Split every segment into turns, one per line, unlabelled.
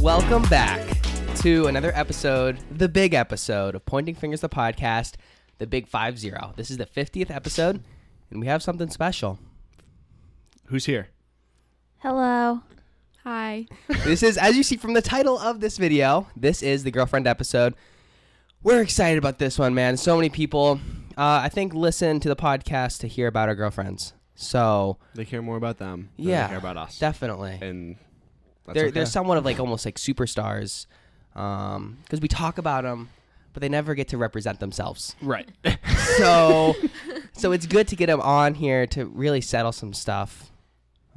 Welcome back to another episode, the big episode of Pointing Fingers the podcast, the Big Five Zero. This is the fiftieth episode, and we have something special.
Who's here?
Hello.
Hi.
this is, as you see from the title of this video, this is the girlfriend episode. We're excited about this one, man. So many people, uh, I think, listen to the podcast to hear about our girlfriends. So
They care more about them. Than
yeah,
They care about us.
Definitely,
and that's
they're
okay.
they're somewhat of like almost like superstars, because we talk about them, but they never get to represent themselves.
right.
So, so it's good to get them on here to really settle some stuff.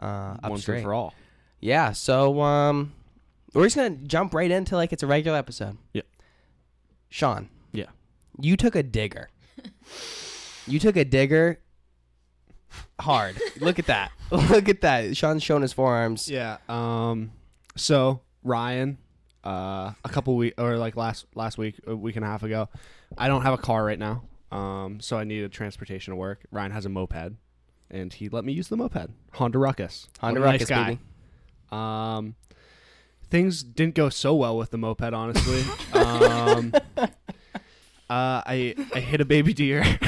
Uh, up
Once
straight.
and for all.
Yeah, so um we're just gonna jump right into like it's a regular episode.
Yeah.
Sean.
Yeah.
You took a digger. you took a digger hard. Look at that. Look at that. Sean's showing his forearms.
Yeah. Um. So Ryan, uh, a couple week or like last last week, a week and a half ago, I don't have a car right now. Um. So I needed transportation to work. Ryan has a moped, and he let me use the moped. Honda Ruckus.
Honda
What a
Ruckus,
nice guy.
baby.
Um, things didn't go so well with the moped, honestly. um, uh, I I hit a baby deer.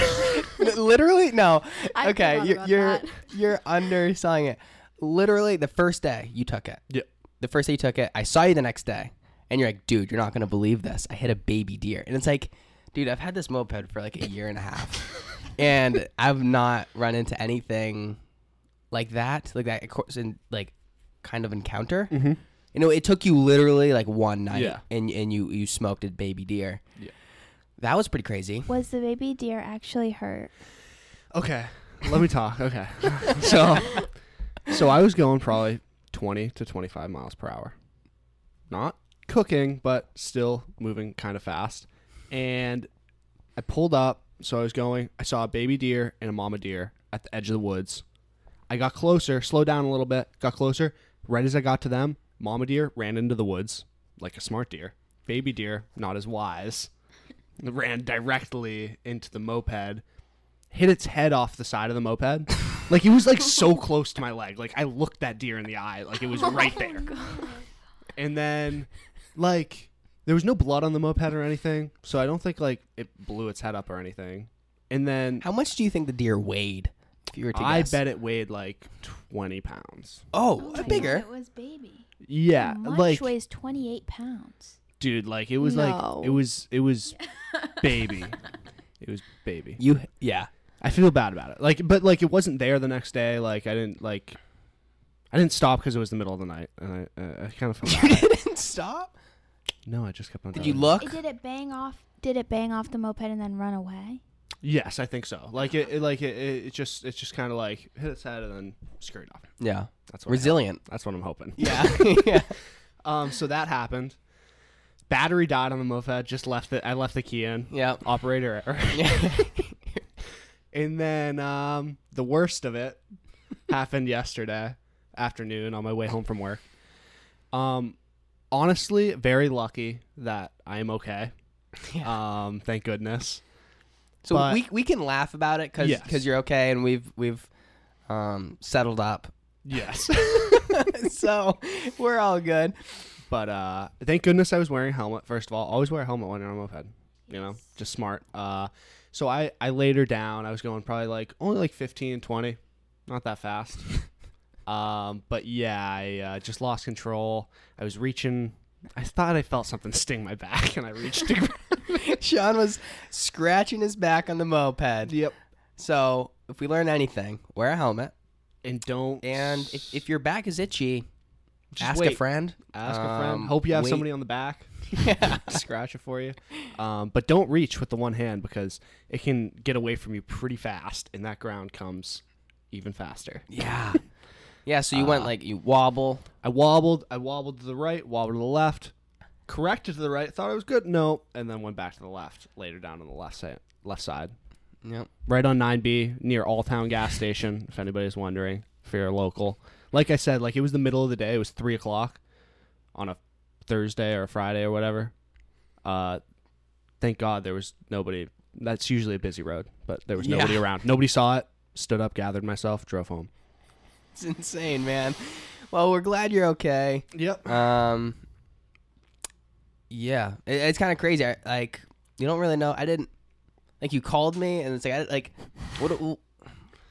Literally? No.
I
okay,
forgot
you're
about
you're,
that.
you're underselling it. Literally the first day you took it.
Yep.
The first day you took it, I saw you the next day and you're like, dude, you're not gonna believe this. I hit a baby deer. And it's like, dude, I've had this moped for like a year and a half. and I've not run into anything like that, like that of course in like kind of encounter. Mm-hmm. You know, it took you literally like one night
Yeah.
and and you you smoked a baby deer.
Yeah.
That was pretty crazy.
Was the baby deer actually hurt?
Okay, let me talk. Okay, so so I was going probably twenty to twenty five miles per hour, not cooking, but still moving kind of fast. And I pulled up, so I was going. I saw a baby deer and a mama deer at the edge of the woods. I got closer, slowed down a little bit, got closer. Right as I got to them, mama deer ran into the woods like a smart deer. Baby deer, not as wise, ran directly into the moped, hit its head off the side of the moped. Like it was like so close to my leg. Like I looked that deer in the eye, like it was
Oh
right there. And then like there was no blood on the moped or anything, so I don't think like it blew its head up or anything. And then
How much do you think the deer weighed? If you were to
I
guess?
bet it weighed like 20 pounds.
Oh, bigger.
It was baby.
Yeah,
Much
like
weighs 28 pounds.
dude, like it was
No.
like it was it was baby. It was baby.
You yeah.
I feel bad about it. Like but like it wasn't there the next day. Like I didn't like I didn't stop because it was the middle of the night, and I, uh, I kind of felt
You
bad.
didn't stop.
no, I just kept on.
Did you
driving.
look?
It, did it bang off? Did it bang off the moped and then run away?
Yes, I think so. Like it, it like it, it it just, it's just kind of like hit its head and then scurried off.
Yeah.
That's what I hope.
Resilient.
That's what I'm hoping.
Yeah. yeah.
Um, so that happened. Battery died on the moped. Just left it. I left the key in.
Yep.
Operator error.
Yeah.
And then um, the worst of it happened yesterday afternoon on my way home from work. Um, honestly, very lucky that I am okay. Um, thank goodness.
So
But-
we we can laugh about it because
Yes.
you're okay and we've we've um settled up.
Yes.
so we're all good.
But uh, thank goodness I was wearing a helmet. First of all, always wear a helmet when you're on a moped. You know, just smart. Uh, so I I laid her down. I was going probably like only like 15, 20, not that fast. um, but yeah, I uh, just lost control. I was reaching. I thought I felt something sting my back, and I reached. To
Sean was scratching his back on the moped.
yep.
So if we learn anything, wear a helmet.
And don't
And if, if your back is itchy,
Just
ask a
wait.
friend.
Ask a
Um,
friend. Hope you have
wait.
somebody on the back. Scratch it for you. Um, but don't reach with the one hand because it can get away from you pretty fast, and that ground comes even faster.
Yeah. Yeah. So you
Uh.
went like you wobble.
I wobbled. I wobbled to the right, wobbled to the left, corrected to the right, thought I was good. No, and then went back to the left later down on the left side. Left side,
Yep.
right on 9B near Alltown gas station. If anybody's wondering, if you're local, like I said, like it was the middle of the day. It was three o'clock on a Thursday or a Friday or whatever. Uh, thank God there was nobody. That's usually a busy road, but there was
Yeah.
nobody around. Nobody saw it. Stood up, gathered myself, drove home.
It's insane, man. Well, we're glad you're okay.
Yep.
Um, Yeah, it, it's kind of crazy. I, like you don't really know. I didn't like you called me, and it's like I, like what do-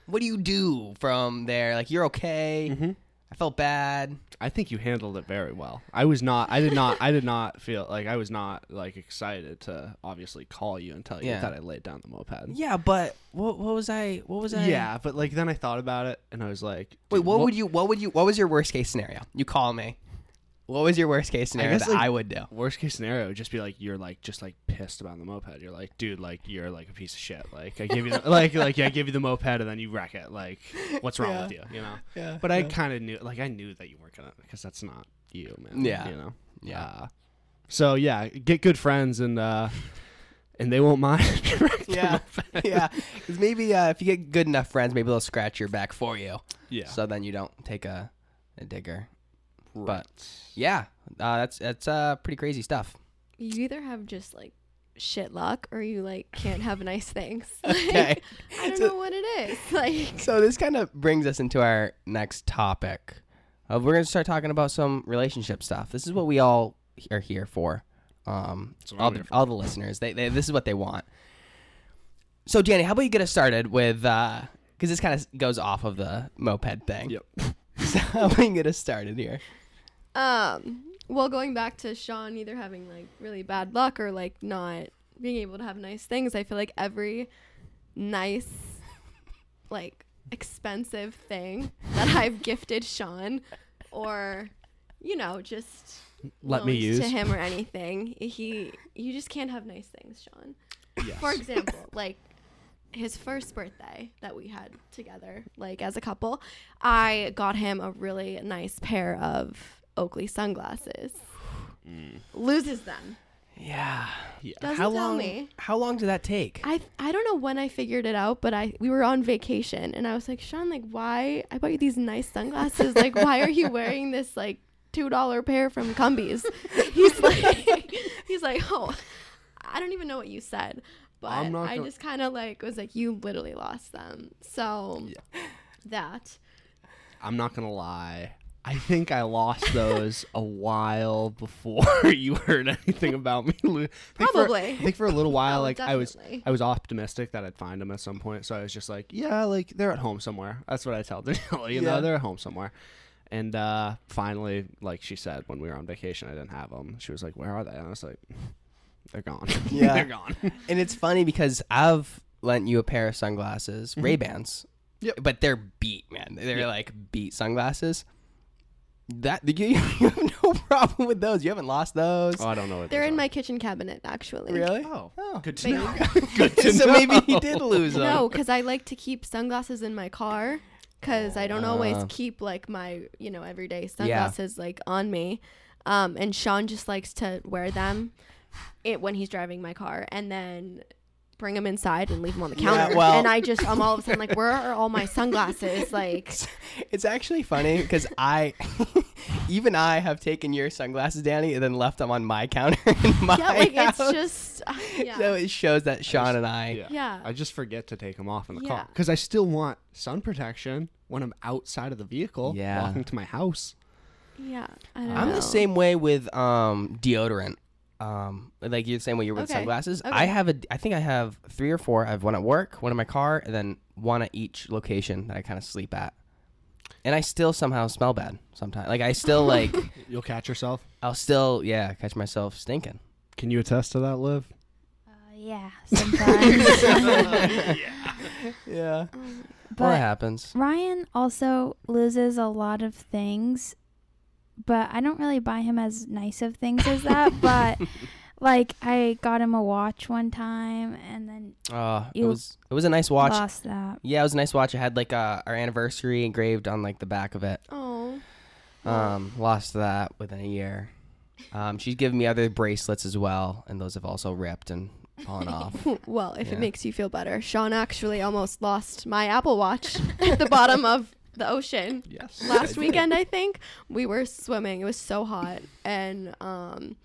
what do you do from there? Like you're okay.
Mhm.
I felt bad.
I think you handled it very well. I was not. I did not. I did not feel like I was not like excited to obviously call you and tell you
Yeah.
that I laid down the moped.
Yeah, but what what was I? What was I?
Yeah, but like then I thought about it and I was like,
Wait,
dude,
what, would you? What would you? What was your worst case scenario? You call me. What was your worst case scenario
guess,
that
like-
I would do?
Worst case scenario would just be like you're like just like pissed about the moped. You're like, dude, like you're like a piece of shit. Like I give you the, like like yeah, I give you the moped and then you wreck it. Like what's wrong
Yeah.
with you? You know.
Yeah,
But I kind of knew like I knew that you weren't gonna because that's not you, man.
Yeah.
You know.
yeah.
Uh, so yeah, get good friends and uh, and they won't mind. if you wreck the
Yeah.
moped.
yeah, 'Cause maybe uh, if you get good enough friends, maybe they'll scratch your back for you.
yeah.
So then you don't take a, a digger.
Right.
Yeah, uh, that's that's uh, pretty crazy stuff.
You either have just like shit luck or you like can't have nice things.
Okay.
Like, I don't
So-
know what it is. Like
So this kind of brings us into our next topic. Uh, we're gonna start talking about some relationship stuff. This is what we all he- are here for. Um,
That's what
all
I'm
the
here for.
all the listeners, they, they this is what they want. So Danny, how about you get us started with? Because this kind of goes off of the moped thing.
Yep.
so how about you get us started here?
Um, well, going back to Sean either having like really bad luck or like not being able to have nice things, I feel like every nice, like expensive thing that I've gifted Sean or, you know, just
Let me
loans
use.
to him or anything, he, you just can't have nice things, Sean.
Yes.
For example, like his first birthday that we had together, like as a couple, I got him a really nice pair of Oakley sunglasses. Loses them.
Yeah.
Yeah.
Doesn't
how
tell
long?
me.
How long did that take?
I I don't know when I figured it out, but I we were on vacation and I was like, Sean, like why I bought you these nice sunglasses. Like why are you wearing this like two dollar pair from Cumbies? he's like he's like, Oh I don't even know what you said. But
I'm not
I
gonna-
just kinda like was like, You literally lost them. So that.
I'm not gonna lie. I think I lost those a while before you heard anything about me. Lou. I think for-
Probably.
I think for a little while,
Oh,
like I was,
definitely.
I was optimistic that I'd find them at some point. So I was just like, yeah, like they're at home somewhere. That's what I tell Danielle. You
Yeah.
know, they're at home somewhere. And uh, finally, like she said, when we were on vacation, I didn't have them. She was like, "Where are they?" And I was like, "They're gone.
Yeah.
they're gone."
And it's funny because I've lent you a pair of sunglasses,
Mm-hmm.
Ray Bans.
Yep.
But they're beat, man. They're
Yeah.
like beat sunglasses. That you, you have no problem with those. You haven't lost those.
oh, I don't know. What
They're
those
in
are.
my kitchen cabinet actually.
really?
Oh,
Oh.
good to
But-
know. good to
so
know.
maybe he did lose them.
No, because I like to keep sunglasses in my car because I don't always
Ah.
keep like my you know everyday sunglasses like on me. Um, and Sean just likes to wear them it when he's driving my car, and then bring them inside and leave them on the
Yeah,
counter.
well-
and I just I'm all of a sudden like, where are all my sunglasses? Like,
It's actually funny because I, even I, have taken your sunglasses, Danny, and then left them on my counter in my
yeah, like
house.
it's just uh, yeah,
So it shows that Sean and I.
Yeah.
Yeah.
I just forget to take them off in the
Yeah.
car because I still want sun protection when I'm outside of the vehicle,
Yeah.
walking to my house.
yeah. I don't
I'm
know.
the same way with um deodorant. Um, like you're the same way you're with
Okay.
sunglasses.
Okay.
I have a, I think I have three or four. I have one at work, one in my car, and then one at each location that I kind of sleep at. And I still somehow smell bad sometimes. Like I still like,
You'll catch yourself.
I'll still yeah catch myself stinking.
Can you attest to that, Liv?
Uh, yeah, sometimes.
Yeah,
Um,
well, it
but
happens.
Ryan also loses a lot of things, but I don't really buy him as nice of things as that. but like, I got him a watch one time, and then
Uh, it
You
was it was a nice watch.
lost that.
Yeah, it was a nice watch. I had like uh, our anniversary engraved on like the back of it.
Oh,
Um, lost that within a year. Um, she's given me other bracelets as well, and those have also ripped and fallen off.
well, if
Yeah.
it makes you feel better, Sean actually almost lost my Apple Watch at the bottom of the ocean.
Yes.
last weekend i think we were swimming it was so hot and um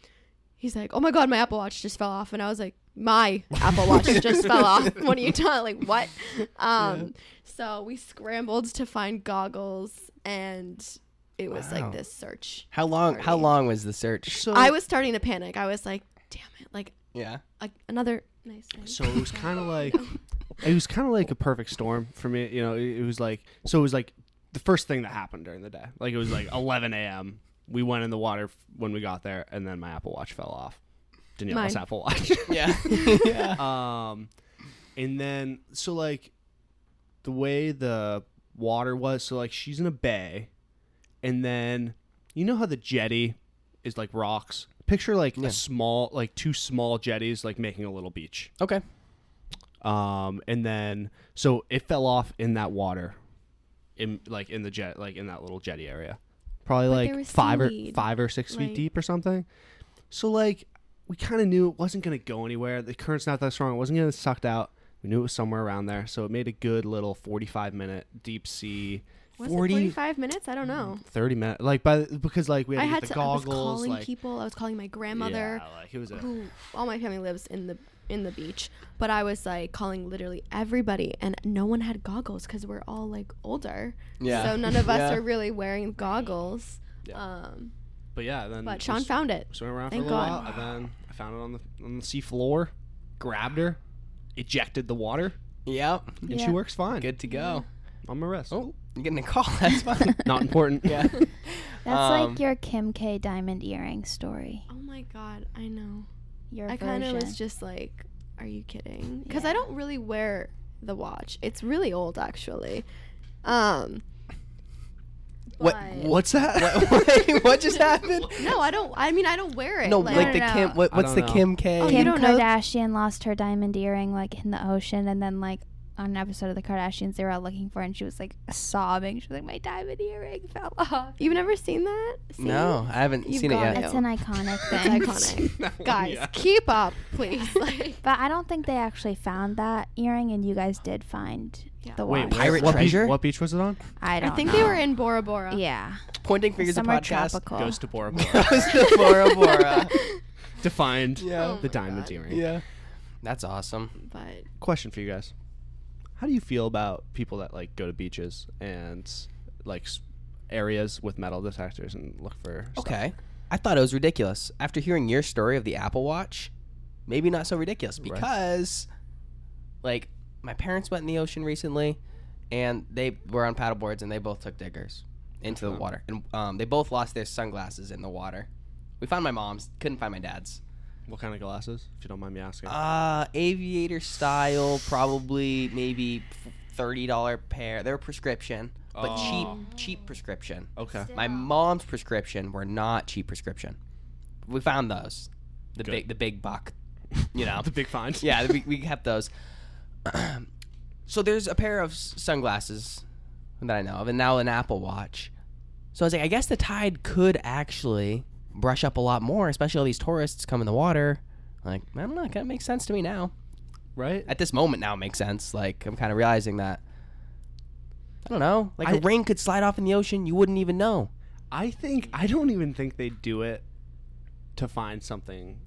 he's like oh my god my apple watch just fell off and i was like my apple watch just fell off what are you talking like what um so we scrambled to find goggles and it was
Wow.
like this search.
How long? How
Alrighty.
long was the search?
So
I was starting to panic. I was like, damn it, like
Yeah.
a, another nice thing.
so it was kind of like it was kind of like a perfect storm for me. You know, it, it was like so it was like the first thing that happened during the day. Like it was like 11 a.m. We went in the water f- when we got there, and then my Apple Watch fell off. Danielle's
Mine.
Apple Watch.
Yeah. yeah.
um, and then so like the way the water was, so like she's in a bay, and then you know how the jetty is like rocks. Picture like
Yeah.
a small, like two small jetties, like making a little beach.
Okay.
um and then so it fell off in that water in like in the jet like in that little jetty area probably
But there
like
was
five or
seaweed,
five or six feet
like-
deep or something so like we kind of knew it wasn't going to go anywhere the current's not that strong it wasn't going to sucked out we knew it was somewhere around there so it made a good little 45 minute deep sea
was
40
it 45 minutes? I don't know.
30 minute like by because like we had
I
to get
had
Mm, the
to.
goggles
I was calling
like
people. I was calling my grandmother.
yeah, like it was a
who all my family lives in the in the beach but i was like calling literally everybody and no one had goggles because we're all like older
Yeah.
so none of us
Yeah.
are really wearing goggles
Yeah. Mm,
um
but yeah then
but sean
just-
found it
swam around
Thank
for a little
God.
while, and then I found it on the on the sea floor, grabbed her, ejected the water,
Yep.
and
Yeah.
she works fine.
Good to go.
on my wrist.
Oh, you're getting a call. That's fine.
Not important.
yeah.
That's
Um,
like your Kim K diamond earring story.
oh my god i know
Your
i
version.
kind of was just like are you kidding because
Yeah.
i don't really wear the watch it's really old actually um
What-
but-
What's that?
what, wait, what just happened?
no i don't i mean i don't wear it
No,
like,
like
No,
the
no,
Kim.
no.
What,
I
what's
don't
the
know.
Kim K?
Oh, you
Kim
don't know-
Kardashian lost her diamond earring like in the ocean, and then like on an episode of the Kardashians, they were out looking for, it, and she was like sobbing. She was like, "My diamond earring fell off."
you've never seen that See?
no, I haven't
You've
seen it
got
yet.
it.
That's an iconic
it's
thing.
iconic
That one,
guys
yeah.
keep up please like
But I don't think they actually found that earring, and you guys did find
Yeah.
the
Wait,
watch.
pirate
what
treasure?
Beach, what beach was it on?
I
i
don't.
think
know.
they were in bora bora
Yeah,
Pointing fingers a
summer
podcast.
tropical.
Goes to Bora Bora
Goes to Bora Bora.
to find
Oh
Yeah.
the diamond earring.
Yeah. That's awesome.
but
Question for you guys: How do you feel about people that like go to beaches and like s- areas with metal detectors and look for? stuff?
Okay. I thought it was ridiculous. After hearing your story of the Apple Watch, maybe not so ridiculous
Right.
because, like, my parents went in the ocean recently and they were on paddle boards and they both took diggers into the
Wow.
water. And um, they both lost their sunglasses in the water. We found my mom's, couldn't find my dad's.
What kind of glasses? If you don't mind me asking.
Uh, aviator style, probably maybe f- $30 pair. They're prescription, but
Oh.
cheap, cheap prescription.
okay.
My mom's prescription were not cheap prescription. We found those, the
Good.
big the big buck, you know.
the big find.
yeah, we, we kept those. so there's a pair of s- sunglasses that I know of, and now an Apple Watch. So I was like, I guess the tide could actually brush up a lot more, especially all these tourists come in the water. Like, I don't know, it kind of makes sense to me now.
Right.
At this moment, now it makes sense. Like, I'm kind of realizing that. I don't know. Like, a
I-
ring could slide off in the ocean, you wouldn't even know.
I think I don't even think they do it to find something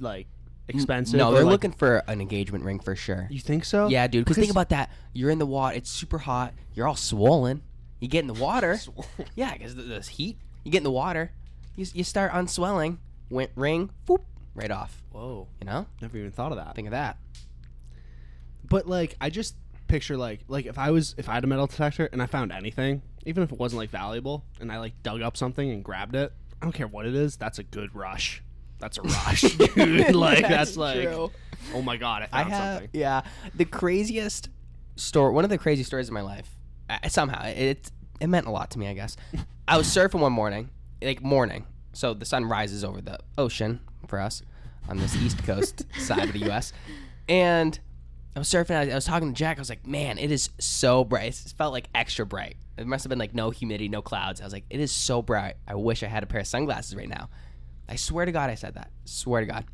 like expensive.
Mm, No,
or,
they're
like-
looking for an engagement ring for sure.
You think so?
Yeah, dude. Because
Because-
think about that. You're in the water. It's super hot. You're all swollen. You get in the water. yeah, because the, the heat. You get in the water. You, s- you start unswelling. Went ring. Boop. Right off.
Whoa,
You know.
never even thought of that.
Think of that.
But like, I just picture like like if I was if I had a metal detector and I found anything, even if it wasn't like valuable, and I like dug up something and grabbed it, I don't care what it is. That's a good rush. That's a rush, dude. like that's, like, oh my god, I
I
found
have.
something.
Yeah, the craziest story. One of the craziest stories of my life. I, somehow it, it meant a lot to me. I guess I was surfing one morning, like morning. So the sun rises over the ocean for us on this east coast side of the U.S. And I was surfing. I, I was talking to Jack. I was like, "Man, it is so bright. It felt like extra bright. It must have been like no humidity, no clouds." I was like, "It is so bright. I wish I had a pair of sunglasses right now." I swear to God, I said that. Swear to God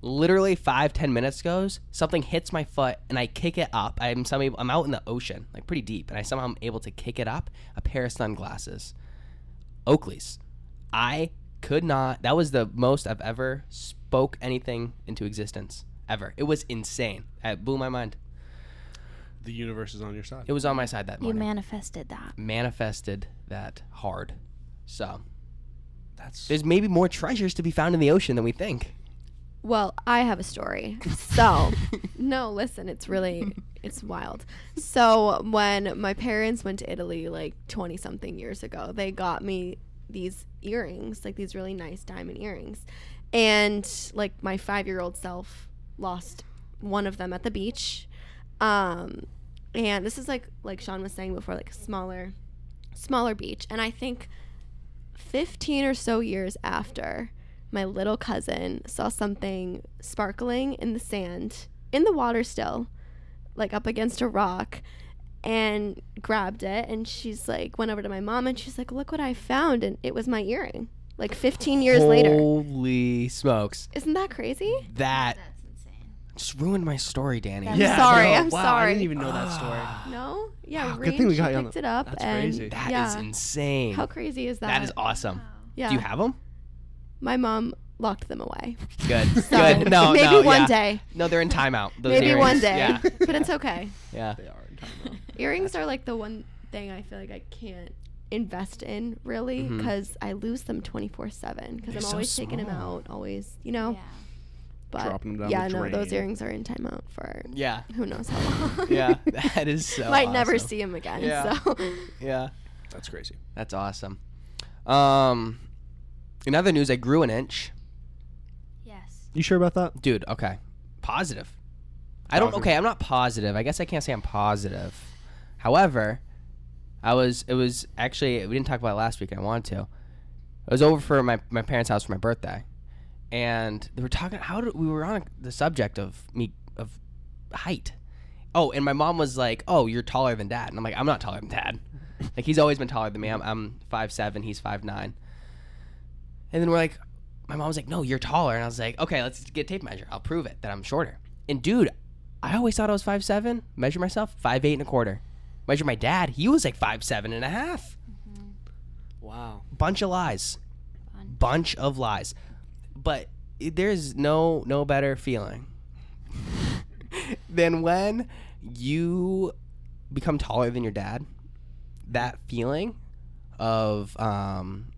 literally five ten minutes goes something hits my foot and i kick it up i'm some i'm out in the ocean like pretty deep and i somehow am able to kick it up a pair of sunglasses oakley's i could not that was the most i've ever spoke anything into existence ever it was insane it blew my mind
The universe is on your side.
it was on my side that
you
morning
manifested that.
manifested that hard. So
That's
there's maybe more treasures to be found in the ocean than we think.
Well, I have a story. So, no, listen, it's really it's wild. So, when my parents went to Italy like 20 something years ago, they got me these earrings, like these really nice diamond earrings. And like my 5-year-old self lost one of them at the beach. Um and this is like like Sean was saying before like a smaller smaller beach and I think 15 or so years after my little cousin saw something sparkling in the sand, in the water still, like up against a rock, and grabbed it. And she's like, went over to my mom and she's like, look what I found. And it was my earring, like 15 years later.
Holy smokes.
Isn't that crazy?
That
That's insane.
just ruined my story, Danny.
That-
Yeah.
I'm sorry.
no,
I'm
wow, I
sorry.
didn't even know that story.
Ah.
no? Yeah,
Wow,
good thing we got you on picked it up.
that's
and
crazy.
That is
yeah.
insane.
How crazy is that?
that is awesome.
Yeah.
Do you have them?
my mom locked them away.
Good.
So
Good. No,
maybe
no,
one
yeah.
day.
No, they're in timeout. Those
Maybe
earrings.
one day.
Yeah.
But it's okay.
Yeah.
They are in time.
Earrings are like the one thing I feel like I can't invest in really
Mhm.
because I lose them 24 7 because
They're
I'm
so
always taking them
small.
out, always, you
Oh.
know.
Yeah.
But
Dropping 'em down
yeah,
the
no, those
drain.
earrings are in timeout for
Yeah.
who knows how long.
Yeah. That is so
Might never
awesome.
see them again.
Yeah.
So
Yeah.
That's crazy.
That's awesome. Um, in other news, I grew an inch.
Yes.
You sure about that?
Dude, okay. Positive. I don't
Positive.
okay, I'm not positive. I guess I can't say I'm positive. However, I was it was actually we didn't talk about it last week and I wanted to. I was over for my, my parents' house for my birthday. And they were talking how did we were on the subject of me of height. Oh, and my mom was like, "Oh, you're taller than dad." And I'm like, "I'm not taller than dad." like he's always been taller than me. I'm I'm 5'7", he's 5'9". And then we're like, my mom was like, "No, you're taller," and I was like, "Okay, let's get a tape measure. I'll prove it that I'm shorter." And dude, I always thought I was five seven. Measure myself, five eight and a quarter. Measure my dad; he was like five seven and a half.
Wow.
Bunch of lies, bunch of lies. But it- there's no no better feeling than when you become taller than your dad. That feeling of um,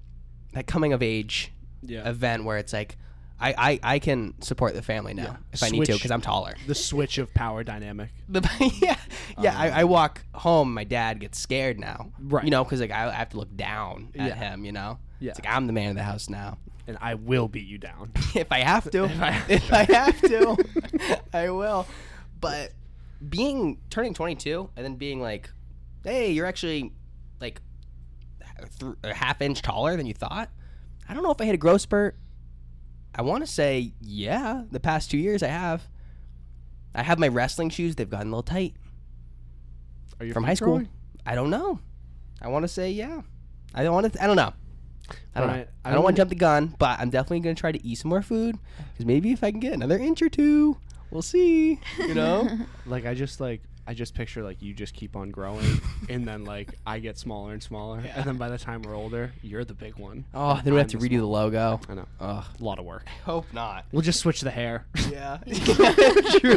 that coming of age
Yeah.
event where it's like I, I, I can support the family now
Yeah.
if I need to
Switch.
because I'm taller.
The switch of power dynamic.
The, yeah, yeah. I, I walk home. My dad gets scared now.
Um. Right.
You know, because like I, I have to look down at
Yeah.
him. You know.
Yeah.
It's like I'm the man of the house now.
and I will beat you down.
if I have to,
If I-
if I have to, I will. But being turning 22 and then being like, hey, you're actually like th- a half inch taller than you thought. I don't know if I hit a growth spurt. I want to say yeah. The past two years, I have. I have my wrestling shoes. They've gotten a little tight
Are you
from high school. I don't know. I want to say yeah. I don't want to. I don't know. I don't know.
Alright,
I,
I
don't want
wouldn't-
to jump the gun, but I'm definitely gonna try to eat some more food because maybe if I can get another inch or two, we'll see. You know?
Like I just like I just picture like you just keep on growing, and then like I get smaller and smaller, and then by the time we're older, you're the big one.
oh, then we have to
I'm just-
redo the logo.
I know.
Ugh.
A lot of work.
Hope not.
We'll just switch the hair.
Yeah. True.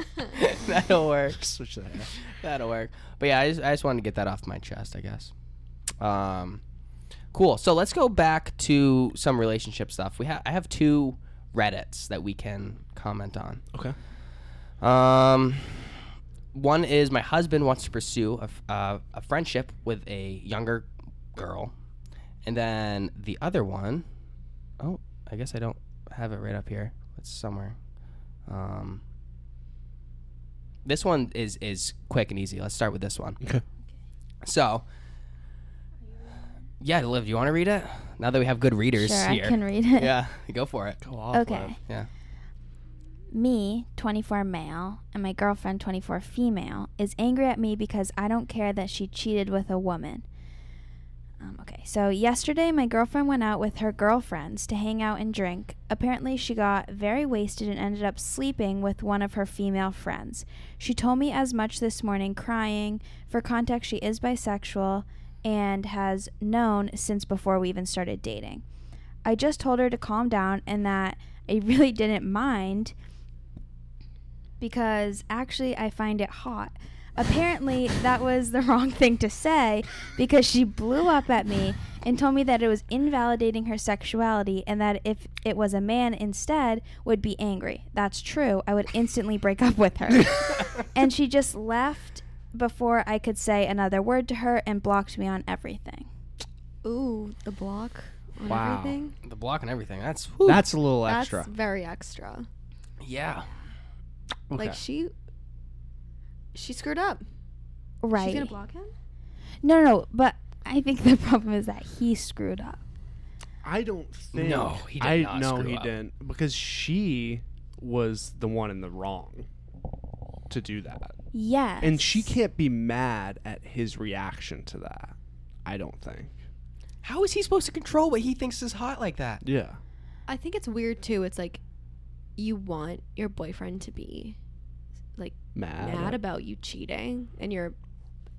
That'll work.
switch the hair.
That'll work. But yeah, I just, I just wanted to get that off my chest, I guess. Um, cool. So let's go back to some relationship stuff. We ha- I have two Reddits that we can comment on.
Okay.
Um, one is my husband wants to pursue a, f- uh, a friendship with a younger girl. And then the other one, oh, I guess I don't have it right up here. It's somewhere. Um, this one is is quick and easy. Let's start with this one.
Okay.
So, yeah, Liv, do you want to read it? Now that we have good readers
Sure,
here.
I can read it.
Yeah, go for it.
Go off.
Okay.
Yeah.
Me, 24 male, and my girlfriend, 24 female, is angry at me because I don't care that she cheated with a woman. Um, okay, so yesterday my girlfriend went out with her girlfriends to hang out and drink. Apparently, she got very wasted and ended up sleeping with one of her female friends. She told me as much this morning, crying. For context, she is bisexual and has known since before we even started dating. I just told her to calm down and that I really didn't mind because actually I find it hot. apparently that was the wrong thing to say because she blew up at me and told me that it was invalidating her sexuality and that if it was a man instead would be angry. That's true. I would instantly break up with her. and she just left before I could say another word to her and blocked me on everything.
Ooh, the block on
Wow.
everything.
The block and everything. That's whew.
That's a little
That's
extra.
very extra.
yeah.
Okay.
Like she, she screwed up.
Right.
She's gonna block him.
No, no, no, but I think the problem is that he screwed up.
I don't think.
No, he did
I,
not
No,
screw
he
up.
didn't because she was the one in the wrong to do that,
Yes.
and she can't be mad at his reaction to that. I don't think.
How is he supposed to control what he thinks is hot like that?
Yeah.
I think it's weird too. It's like you want your boyfriend to be
Mad.
mad about you cheating, and you're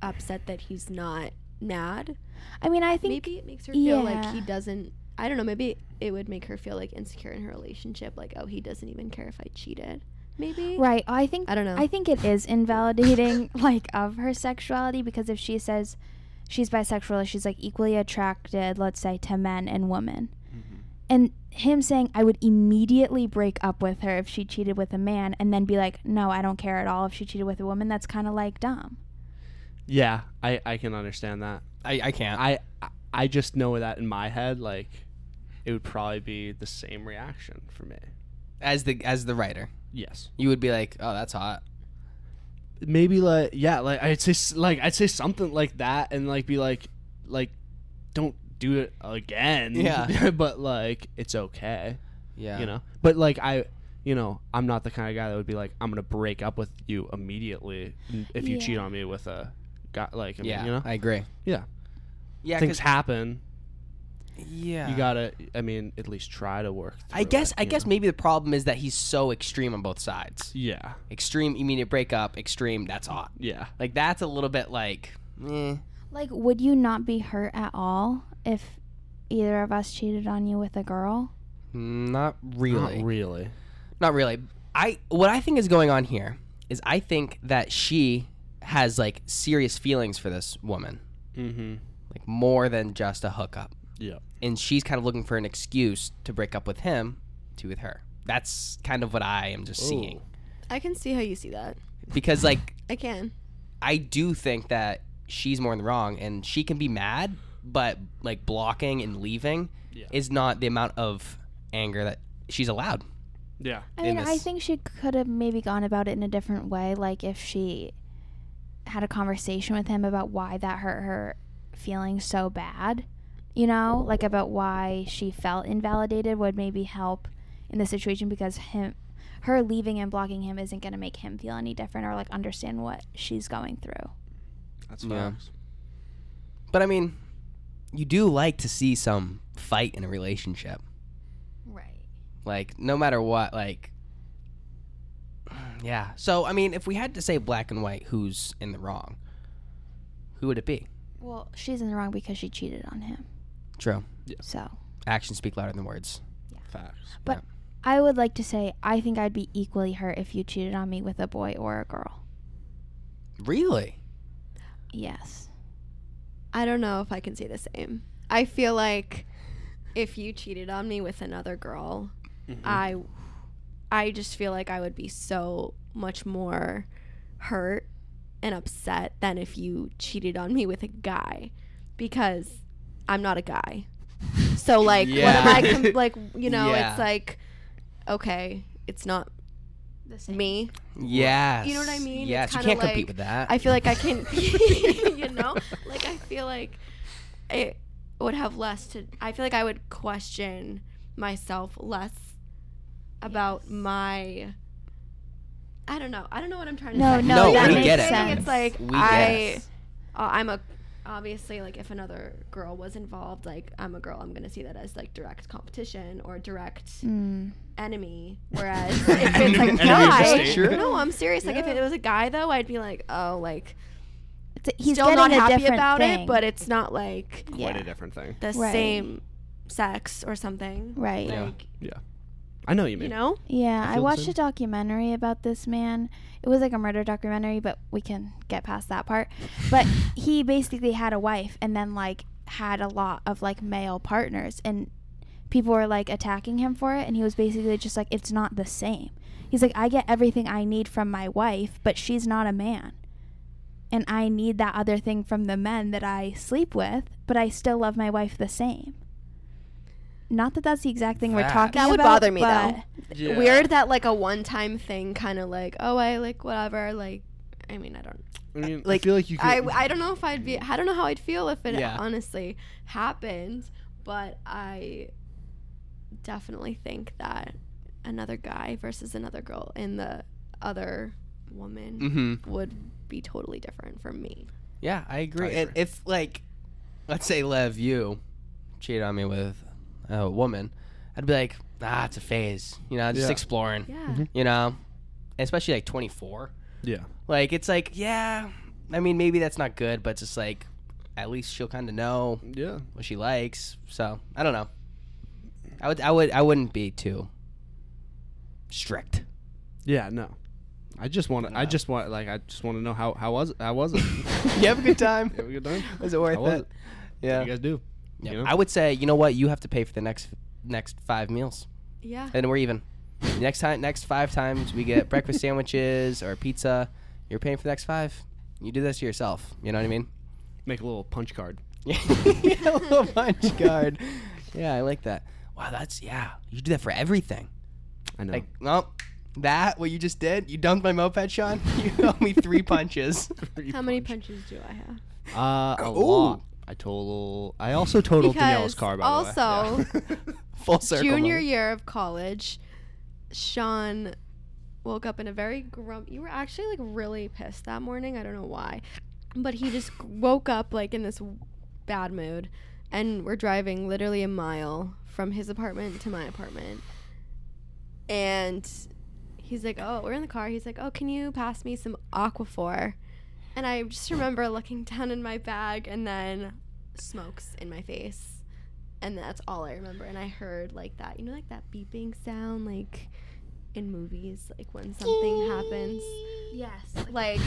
upset that he's not mad.
I mean, I think
maybe it makes her feel like
yeah.
he doesn't. I don't know. Maybe it would make her feel like insecure in her relationship. Like, oh, he doesn't even care if I cheated. Maybe.
right. I think
I don't know.
I think it is invalidating like of her sexuality because if she says she's bisexual, she's like equally attracted, let's say, to men and women.
Mm-hmm.
And him saying I would immediately break up with her if she cheated with a man and then be like, "No, I don't care at all if she cheated with a woman." That's kind of like dumb.
Yeah, I I can understand that.
I, I can't.
I I- I just know that in my head, like it would probably be the same reaction for me.
as the as the writer,
Yes.
you would be like, "Oh, that's hot."
Maybe like yeah, like I'd say s- like I'd say something like that, and like be like like don't do it again.
Yeah.
but like it's okay,
Yeah.
you know. But like I. You know, I'm not the kind of guy that would be like, I'm gonna break up with you immediately if you
Yeah.
cheat on me with a guy. Like, I mean,
yeah.
you know,
I agree.
Yeah.
Yeah.
things
'cause-
happen.
yeah.
You gotta, I mean, at least try to work.
I
through
guess
it,
I
you
guess
know?
maybe the problem is that he's so extreme on both sides.
Yeah.
Extreme immediate breakup, extreme that's hot.
Yeah.
Like that's a little bit like eh.
Like, would you not be hurt at all if either of us cheated on you with a girl?
not really.
Not really.
not really. I what I think is going on here is I think that she has like serious feelings for this woman,
Mm-hmm.
like more than just a hookup.
Yeah.
and she's kind of looking for an excuse to break up with him to with her. That's kind of what I am just seeing.
I can see how you see that.
Because like
I can.
I do think that she's more in the wrong and she can be mad, but like blocking and leaving
Yeah.
is not the amount of anger that she's allowed.
Yeah.
I
in
mean, I
this-
think she could have maybe gone about it in a different way. Like if she had a conversation with him about why that hurt her feelings so bad, you know, like about why she felt invalidated would maybe help in the situation because him, her leaving and blocking him isn't going to make him feel any different or like understand what she's going through.
That's
Yeah.
facts.
But I mean, you do like to see some fight in a relationship.
Right.
Like no matter what, like yeah. So I mean, if we had to say black and white who's in the wrong, who would it be?
Well, she's in the wrong because she cheated on him.
True.
So
Actions speak louder than words.
Facts.
I would like to say I think I'd be equally hurt if you cheated on me with a boy or a girl.
Really?
Yes.
I don't know if I can say the same. I feel like if you cheated on me with another girl,
Mm-hmm.
I I just feel like I would be so much more hurt and upset than if you cheated on me with a guy because I'm not a guy. So like what am I
Yeah.
com- like you know
Yeah.
it's like okay, it's not
the same.
me.
Yes.
You know what I mean? It's
Yes, you
kinda
can't compete
like-
with that.
I feel like I can, you know, like I feel like it would have less to. I feel like I would question myself less about my. I don't know. I don't know what I'm trying to
No,
say.
no, No,
that
I'm
we get it.
saying It's like
We get
I,
it.
uh, I'm a obviously like if another girl was involved, like I'm a girl, I'm gonna see that as like direct competition or direct
Mm.
enemy. Whereas if it's like
Enemy
a
of the
guy,
state. Sure.
no, I'm serious. Like if it was a guy though, I'd be like, oh, like
It's a- he's
still
getting
not
a
happy
different
about
thing.
it, but it's not like
yeah,
different thing.
the
Right.
same sex or something.
right.
Yeah.
Like
Yeah. I know you mean.
You know?
Yeah,
I
I,
feel the
watched
same.
a documentary about this man. It was like a murder documentary, but we can get past that part. But he basically had a wife and then like had a lot of like male partners and people were like attacking him for it and he was basically just like it's not the same. He's like I get everything I need from my wife, but she's not a man. And I need that other thing from the men that I sleep with, but I still love my wife the same. Not that that's the exact thing we're
That-
talking about.
That would bother me,
but-
though. Weird that like a one time thing kind of like, oh, I like whatever. Like, I mean, I don't.
I mean,
like,
I feel like you
I,
could.
I don't know if I'd be I don't know how I'd feel if it
Yeah.
honestly happened, but I definitely think that another guy versus another girl and the other woman
Mm-hmm.
would be totally different for me.
Yeah, I agree.
I
And
agree.
if like, let's say Lev, you cheated on me with a woman, I'd be like, ah, it's a phase. You know, just
Yeah.
exploring.
Yeah.
You know, especially like 24.
yeah.
Like it's like, yeah. I mean, maybe that's not good, but just like, at least she'll kind of know
Yeah.
what she likes. So I don't know. I would, I would, I wouldn't be too strict.
Yeah. No. I just want to. I
No.
just want. Like. I just want to know how. How was it? How was it?
you have a good time.
Have a good time.
Was it worth
How was
it?
it?
Yeah.
You guys do.
Yeah.
You know?
I would say, you know what? You have to pay for the next next five meals,
Yeah.
and we're even. next time, next five times we get breakfast sandwiches or pizza, you're paying for the next five. You do this to yourself. You know what I mean?
Make a little punch card.
a little punch card. Yeah, I like that. Wow, that's yeah. You do that for everything.
I know.
Like, no, that what you just did. You dunked my moped, Sean. You owe me three punches.
How many punches do I have?
Uh, a
Ooh.
lot. I total. I also totaled
Because
Danielle's car. By
also-
the way. Yeah.
Full circle.
Junior
moment.
year of college, Sean woke up in a very grump. You were actually like really pissed that morning. I don't know why, but he just woke up like in this bad mood, and we're driving literally a mile from his apartment to my apartment, and he's like, "Oh, we're in the car." He's like, "Oh, can you pass me some Aquaphor?" And I just remember looking down in my bag, and then smokes in my face and that's all I remember. And I heard like that, you know, like that beeping sound, like in movies, like when something happens,
Yes.
like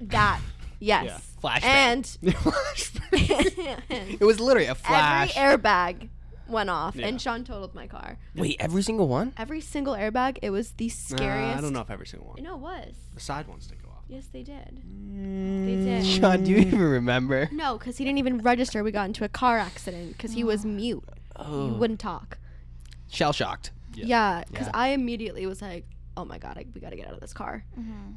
that. Yes.
flashback.
And
it was literally a
every
flash.
airbag went off,
Yeah.
and Sean totaled my car.
Wait, every single one?
Every single airbag. It was the
Nah,
scariest.
Uh, I don't know if every single one.
No, it was.
The side ones did go off.
Yes, they did. They
Mm.
did.
Sean, do you even remember?
No, because he didn't even register. We got into a car accident because he was mute. He
Oh.
wouldn't talk.
Shell shocked.
Yeah.
Yeah, because
Yeah.
I immediately was like, "Oh my god, I, we gotta get out of this car."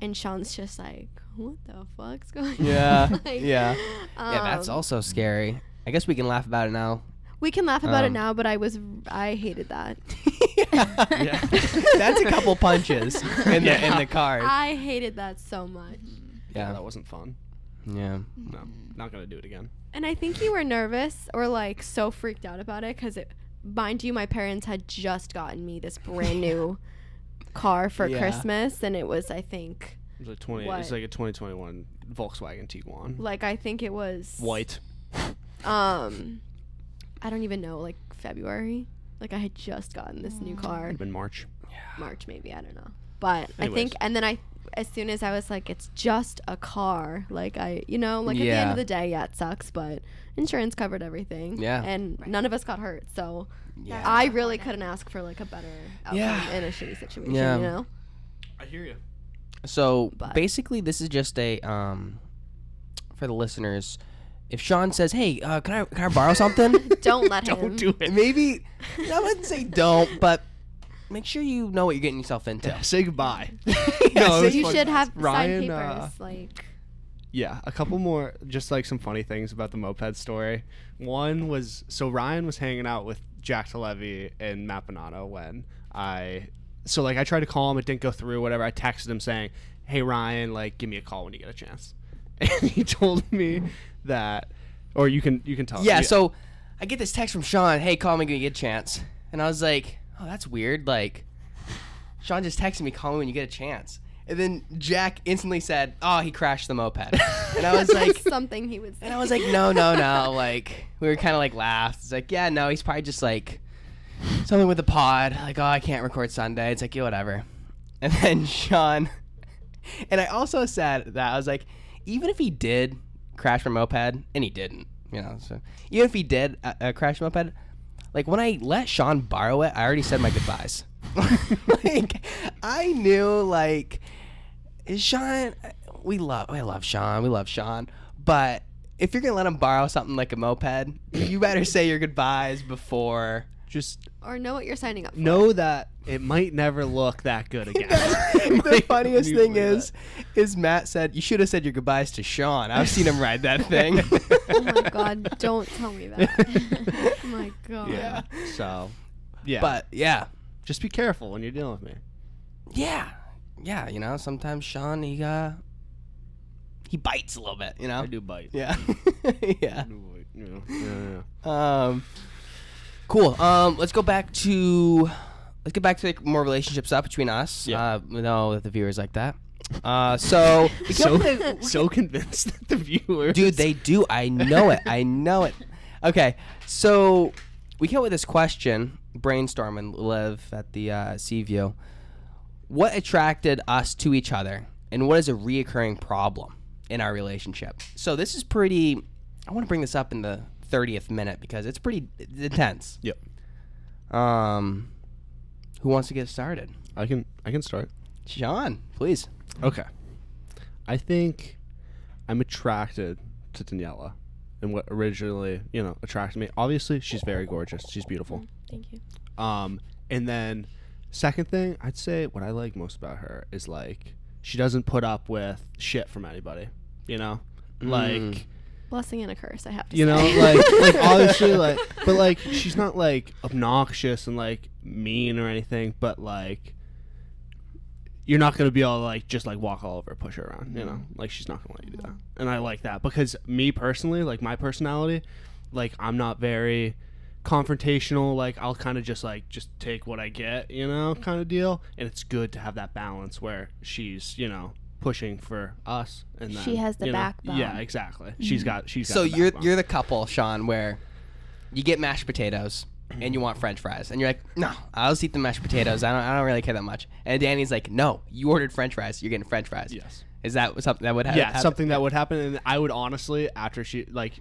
And Sean's just like, "What the fuck's going?"
Yeah,
on? Like,
yeah.
um,
yeah, that's also scary. I guess we can laugh about it now.
We can laugh about it
Um,
now, but I was I hated that.
yeah. That's a couple punches in the in the card.
I hated that so much,
Yeah,
Yeah.
that wasn't fun.
Yeah.
No, not gonna do it again.
and I think you were nervous or like so freaked out about it because, mind you, my parents had just gotten me this brand new car for
Yeah.
Christmas, and it was I think
It was like twenty.
What?
It's like a 2021 Volkswagen Tiguan.
like I think it was
White.
um i don't even know like february like i had just gotten this new car
It'd been March.
march maybe i don't know but i
Anyways.
think and then i as soon as i was like it's just a car like i you know like at the end
Yeah.
of the day yeah it sucks but insurance covered everything
Yeah.
and none of us got hurt so
Yeah.
i really couldn't ask for like a better outcome
Yeah.
in a shitty situation
Yeah.
you know
I hear you.
So
But-
basically, this is just a um for the listeners. If Sean says, "Hey, uh, can I can I borrow something?"
don't let him
Don't do it.
Maybe I wouldn't say don't, but make sure you know what you're getting yourself into.
Yeah, say goodbye.
Yeah,
it was
say-
you
fun.
should have
Ryan,
signed papers
uh,
like
Yeah, a couple more, just like some funny things about the moped story. One was so Ryan was hanging out with Jack Levy and Mapinato when I, so like I tried to call him, it didn't go through, whatever. I texted him saying, "Hey Ryan, like give me a call when you get a chance," and he told me that, or you can you can tell.
yeah, so I get this text from Sean, hey, call me when you get a chance. And I was like, oh, that's weird. Like, Sean just texted me, call me when you get a chance. And then Jack instantly said, oh, he crashed the moped. and I was like,
something he would say
and I was like, no, no, no. Like, we were kind of like laughed. It's like, yeah, no, he's probably just like, something with the pod, like, oh, I can't record Sunday. It's like, yeah, whatever. And then Sean, and I also said that I was like, even if he did crash my moped, and he didn't, you know, so even if he did uh, uh, crash my moped, like when I let Sean borrow it, I already said my goodbyes. like I knew, like Sean, we love, I love Sean, we love Sean, but if you're gonna let him borrow something like a moped, you better say your goodbyes before.
Just
or know what you're signing up for.
know that it might never look that good again.
the
Might
funniest
you
thing
believe
is, is Matt said you should have said your goodbyes to Sean. I've seen him ride that thing.
Oh my god, don't tell me that. oh my god.
Yeah.
it. So, yeah. But
But yeah,
just be careful when you're dealing with me.
yeah, yeah. You know, sometimes Sean he uh he bites a little bit. You know.
do bite.
Yeah. yeah.
I do bite. You know, Yeah. yeah, yeah.
Um, cool. Um, let's go back to let's get back to like more relationship stuff between us.
Yeah.
Uh, we know that the viewers like that. Uh, so we came
So,
up with a-
so convinced that the viewers.
dude, they do. I know it. I know it. Okay, so we came up with this question, brainstorming live at the uh, Sea View. What attracted us to each other, and what is a reoccurring problem in our relationship? So this is pretty. I want to bring this up in the thirtieth minute because it's pretty intense.
Yep.
Um, who wants to get started?
I can I can start.
Sean, please.
Okay. I think I'm attracted to Daniela and what originally, you know, attracted me. Obviously, she's very gorgeous. She's beautiful.
Thank you.
Um, and then second thing, I'd say what I like most about her is like she doesn't put up with shit from anybody. You know,
Mm.
like
Blessing and a curse, I have to
you know,
say.
like like obviously like, but like she's not like obnoxious and like mean or anything. But like, you're not gonna be all like just like walk all over, her, push her around. You know, like she's not gonna let you do that. And I like that because me personally, like my personality, like I'm not very confrontational like i'll kind of just like just take what i get you know kind of deal and it's good to have that balance where she's you know pushing for us and then,
She has the
you know-
backbone. Mm-hmm.
yeah exactly she's got she's got
So
the
you're
backbone.
you're the couple, Sean, where you get mashed potatoes and you want French fries, and you're like, no, I'll just eat the mashed potatoes. I don't I don't really care that much. And Danny's like, no, you ordered French fries, you're getting French fries.
Yes.
Is that something that would ha-
yeah,
happen?
something that would happen, and I would honestly, after she like,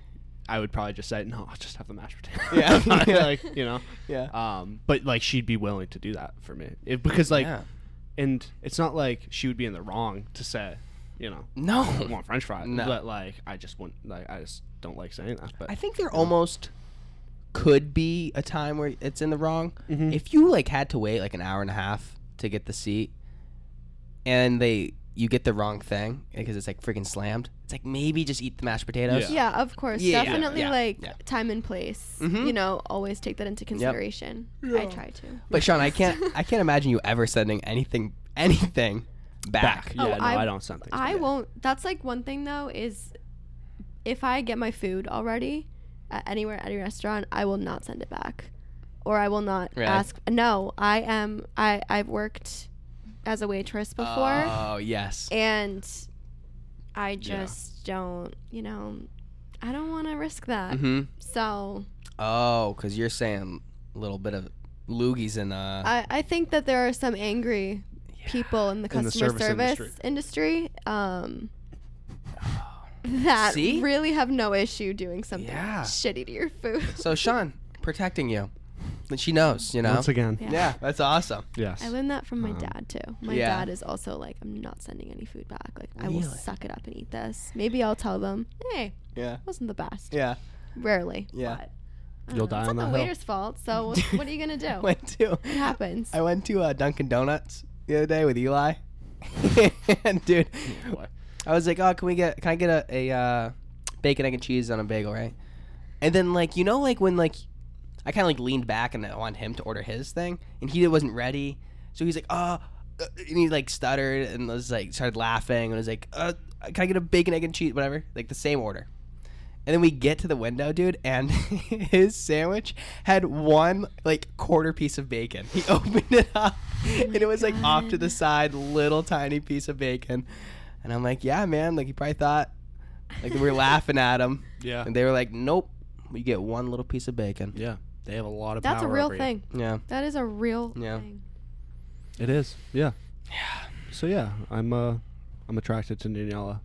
I would probably just say, no, I'll just have the mashed potatoes.
Yeah. Yeah.
like you know,
Yeah.
Um, but like she'd be willing to do that for me, it, because like,
Yeah.
and it's not like she would be in the wrong to say, you know, I
No.
want French fries,
No.
but like I just wouldn't, like I just don't like saying that. But
I think there almost could be a time where it's in the wrong. If you like had to wait like an hour and a half to get the seat, and they you get the wrong thing because it's like freaking slammed. It's like maybe just eat the mashed potatoes.
Yeah.
Yeah, of course.
Yeah, yeah,
Definitely
yeah,
like
yeah.
time and place.
Mhm.
You know, always take that into consideration. I try to.
But Sean, I can't I can't imagine you ever sending anything anything back.
yeah,
Oh,
no, I,
I-
don't something.
I won't. That's like one thing though is if I get my food already at anywhere at any restaurant, I will not send it back, or I will not
Really?
ask. No, I am. I I've worked as a waitress before,
Oh yes.
and I
Yeah.
just don't. You know, I don't want to risk that.
Mm-hmm.
So
Oh, because you're saying a little bit of loogies and uh.
I I think that there are some angry people in the
In the
customer
service
service, industry. um, that
See?
really have no issue doing something
Yeah.
shitty to your food.
so Sean protecting you, and she knows. You know.
Once again,
Yeah.
yeah, that's awesome.
yes.
I learned that from my
Um,
dad too. My
yeah.
dad is also like, I'm not sending any food back. Like, I will
Really?
suck it up and eat this. Maybe I'll tell them, hey,
Yeah.
wasn't the best.
Yeah.
Rarely.
Yeah.
But, I don't
You'll
know.
die
It's
on
not
that
the
hill.
waiter's fault. So what, what are you gonna do?
Went to
It happens.
I went to uh, Dunkin' Donuts the other day with Eli. and dude,
Boy.
I was like, oh, can we get? Can I get a, a uh, bacon, egg, and cheese on a bagel, right? And then like you know like when like I kind of like leaned back and I wanted him to order his thing, and he wasn't ready, so he's like, oh, uh," and he like stuttered and was like started laughing and was like, uh, can I get a bacon, egg, and cheese, whatever, like the same order. And then we get to the window, dude, and his sandwich had one like quarter piece of bacon. He opened it up, and it was like off to the side, little tiny piece of bacon. And I'm like, yeah, man. Like he probably thought, like we were laughing at him,
Yeah.
and they were like, nope, we get one little piece of bacon.
Yeah. They have a lot of
That's a
power
real
over you.
thing.
Yeah.
That is a real
Yeah.
thing.
It is. Yeah. Yeah. So yeah, I'm uh I'm attracted to Daniela.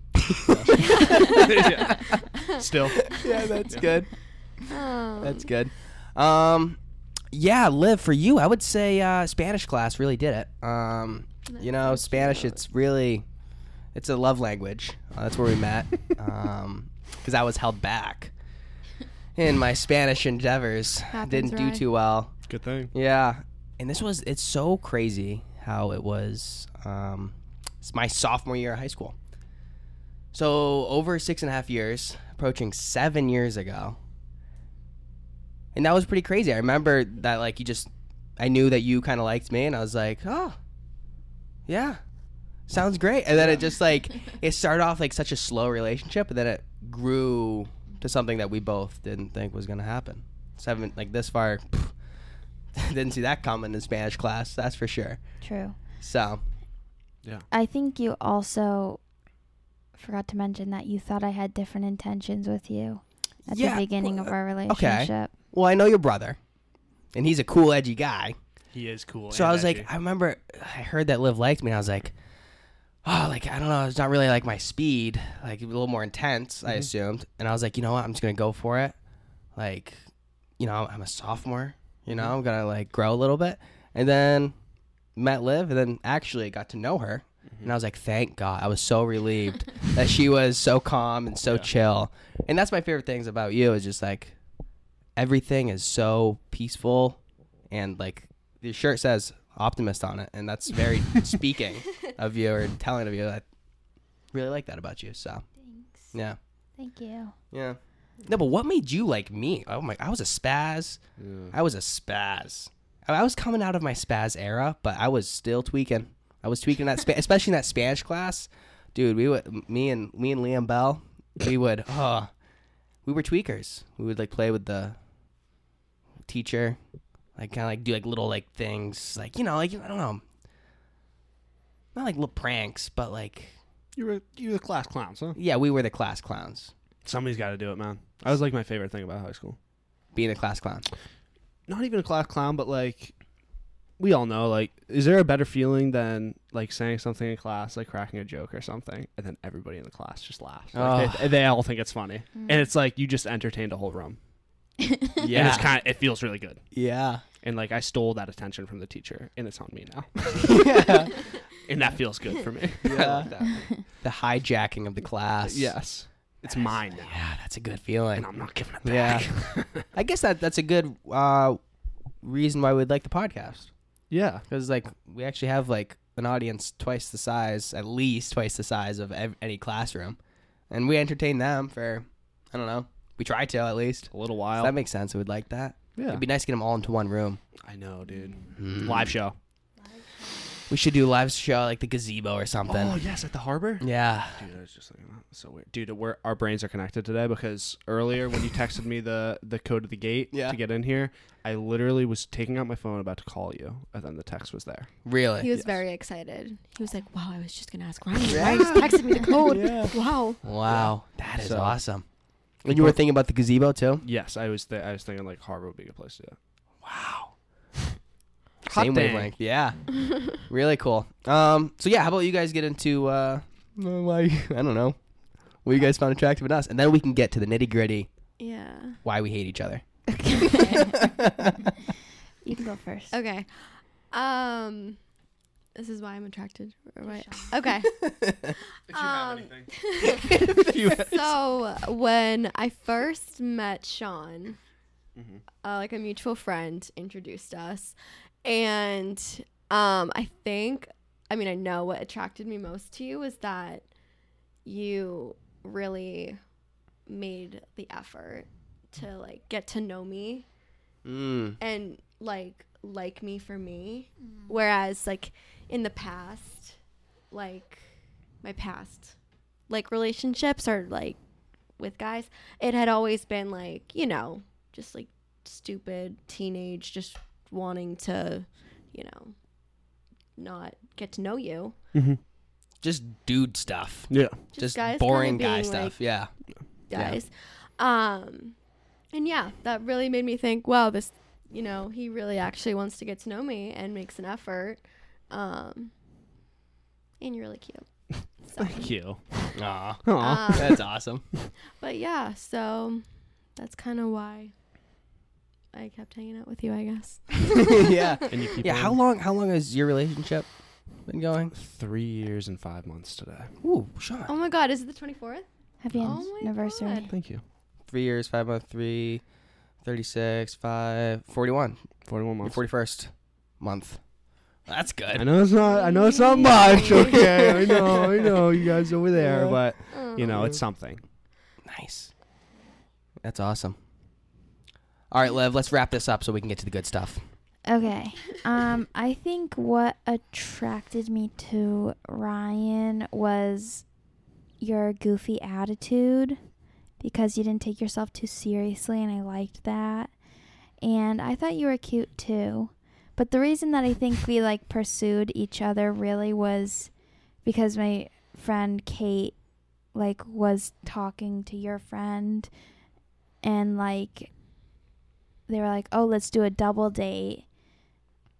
Still.
Yeah, that's good.
Um,
That's good. Um, yeah, Liv, for you, I would say uh, Spanish class really did it. Um, you know, Spanish, it's really, it's a love language. Uh, that's where we met. Um, because I was held back in my Spanish endeavors.
Happens,
Didn't do
right?
too well.
Good thing.
Yeah, and this was, it's so crazy how it was. Um, it's my sophomore year of high school. So over six and a half years, approaching seven years ago, and that was pretty crazy. I remember that like you just, I knew that you kind of liked me, and I was like, oh, yeah, sounds great. And then it just like it started off like such a slow relationship, and then it grew to something that we both didn't think was gonna happen. Seven like this far, didn't see that coming in Spanish class. That's for sure.
True.
So
I think you also forgot to mention that you thought I had different intentions with you at
Yeah,
the beginning
well, uh,
of our relationship.
well, I know your brother, and he's a cool, edgy guy.
He is cool.
So I was
"Ah,
like, I remember I heard that Liv liked me, and I was like, oh, like I don't know, it's not really like my speed, like a little more intense, I assumed. And I was like, you know what, I'm just gonna go for it. Like, you know, I'm a sophomore, you know, I'm gonna like grow a little bit. And then met Liv, and then actually got to know her. And I was like, thank God. I was so relieved that she was so calm and so chill. And that's my favorite things about you is just like everything is so peaceful and like your shirt says optimist on it and that's very speaking of you or telling of you i really like that about you so
Thanks.
yeah
Thank you.
yeah no but what made you like me oh my i was a spaz
Yeah.
i was a spaz I- i was coming out of my spaz era but i was still tweaking i was tweaking that spa- especially in that spanish class dude we would me and me and liam bell we would uh we were tweakers we would like play with the teacher like kind of like do like little like things like you know like i don't know not like little pranks but like
You were you were the class clowns, huh?
yeah we were the class clowns
Somebody's got to do it, man. That was like my favorite thing about high school.
being a class clown
Not even a class clown, but like we all know like is there a better feeling than like saying something in class, like cracking a joke or something, and then everybody in the class just laughs. Like, they, they all think it's funny. And it's like you just entertained a whole room. And
yeah
it's kind of it feels really good.
yeah
and like I stole that attention from the teacher, and it's on me now,
yeah
and that feels good for me.
the hijacking of the class
yes, it's mine now,
yeah that's a good feeling
and I'm not giving it
Yeah.
back.
i guess that that's a good uh reason why we'd like the podcast
Yeah,
because like we actually have like an audience twice the size at least twice the size of ev- any classroom and we entertain them for i don't know we try to at least
a little
so
while.
that makes sense i would like that
yeah,
it'd be Mm. nice to get them all into one room
I know, dude. Live show.
we should do a live show at, like the gazebo or something
Oh yes, at the harbor.
yeah
Dude, I was just thinking that. So weird, dude. We're, our brains are connected today because earlier when you texted me the the code of the gate
Yeah.
to get in here, I literally was taking out my phone about to call you, and then the text was there.
really
He was very excited. He was like, "Wow, I was just gonna ask Ryan. Ryan just texted me the code. Wow."
wow that is
So-
awesome and you were thinking about the gazebo too
Yes, I was. Th- I was thinking like harbor would be a good place to do it.
wow
Hot
same
dang.
wavelength yeah really cool um so yeah how about you guys get into uh like i don't know what you guys found attractive in us and then we can get to the nitty gritty
Yeah.
why we hate each other.
You can go first.
Okay. Um, this is why I'm attracted. Right. Okay. Um, so when I first met Sean, uh, like a mutual friend introduced us, and um, I think, I mean, I know what attracted me most to you was that you really made the effort to like get to know me
Mm.
and like like me for me whereas like in the past like my past like relationships or like with guys it had always been like you know just like stupid teenage just wanting to you know not get to know you
Just dude stuff.
Mm-hmm. Yeah.
just,
Just,
guys kinda
boring guy
being,
stuff.
like,
yeah.
guys. Um, and yeah, that really made me think, wow, this you know, he really actually wants to get to know me and makes an effort. Um, and you're really cute. So,
Thank you.
Aw,
Aw.
um,
that's awesome.
but yeah, so that's kind of why I kept hanging out with you, I guess.
yeah.
and you keep
Yeah.
on?
How long? How long has your relationship been going?
Three years and five months today.
Ooh, Sean.
Oh my God, is it the 24th?
Happy
Oh my
anniversary.
God.
Thank you.
Three years, five months, three, 36, five, 41.
Forty-one
Your
months.
41st month. That's
I
good.
know it's not. I know it's not much. Okay, I know. I know you guys over there,
Yeah.
but
Um,
you know it's
Oh.
something.
Nice. That's awesome. All right, Lev, let's wrap this up so we can get to the good stuff.
Okay. Um, I think what attracted me to Ryan was your goofy attitude because you didn't take yourself too seriously, and I liked that. And I thought you were cute too. But the reason that I think we like pursued each other really was because my friend Kate like was talking to your friend and like they were like, "Oh, let's do a double date."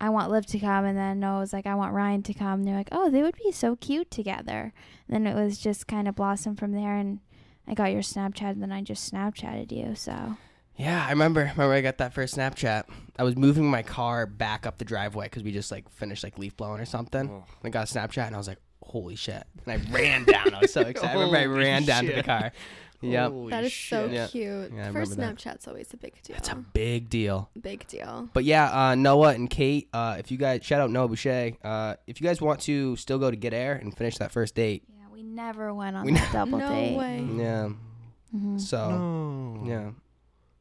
I want Liv to come, and then Noah was like, "I want Ryan to come." And they're like, "Oh, they would be so cute together." And then it was just kind of blossomed from there, and I got your Snapchat, and then I just Snapchatted you. So
Yeah, I remember. Remember, I got that first Snapchat. I was moving my car back up the driveway because we just like finished like leaf blowing or something.
Oh.
And I got a Snapchat and I was like, "Holy shit!" And I ran down. I was so excited. I remember I
Holy
ran down to the
shit.
car. Yep,
That is so
shit. Yeah.
cute.
Yeah, I
First
remember that.
Snapchat's always a big deal.
that's a big deal.
big deal.
But yeah, uh, Noah and Kate, uh, if you guys shout out Noah Boucher, uh, if you guys want to still go to Get Air and finish that first date,
yeah, we never went on
We
that double
no
date.
way.
yeah.
Mhm.
So
No.
yeah,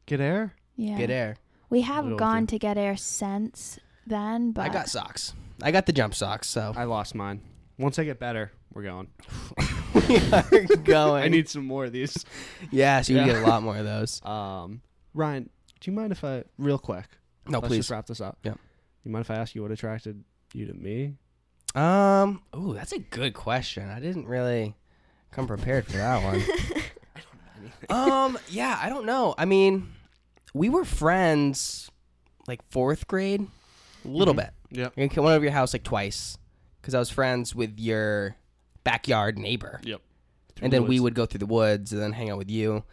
Get air.
Yeah,
Get Air.
we
We'll go
have
with
gone
you.
to get air since then, but
I got socks. I got the jump socks. So
I lost mine. Once I get better, we're going.
we are going.
I need some more of these.
yeah, so you
Yeah.
get a lot more of those.
Um, Ryan, do you mind if I real quick?
No,
let's
please.
just wrap this up.
Yeah.
You mind if I ask you what attracted you to me?
Um. Ooh, that's a good question. I didn't really come prepared for that one. um. Yeah. I don't know. I mean, we were friends like fourth grade, a little
Mm-hmm.
bit.
Yep.
I went over to your house like twice because I was friends with your backyard neighbor,
Yep.
and then we would go through the woods and then hang out with you. And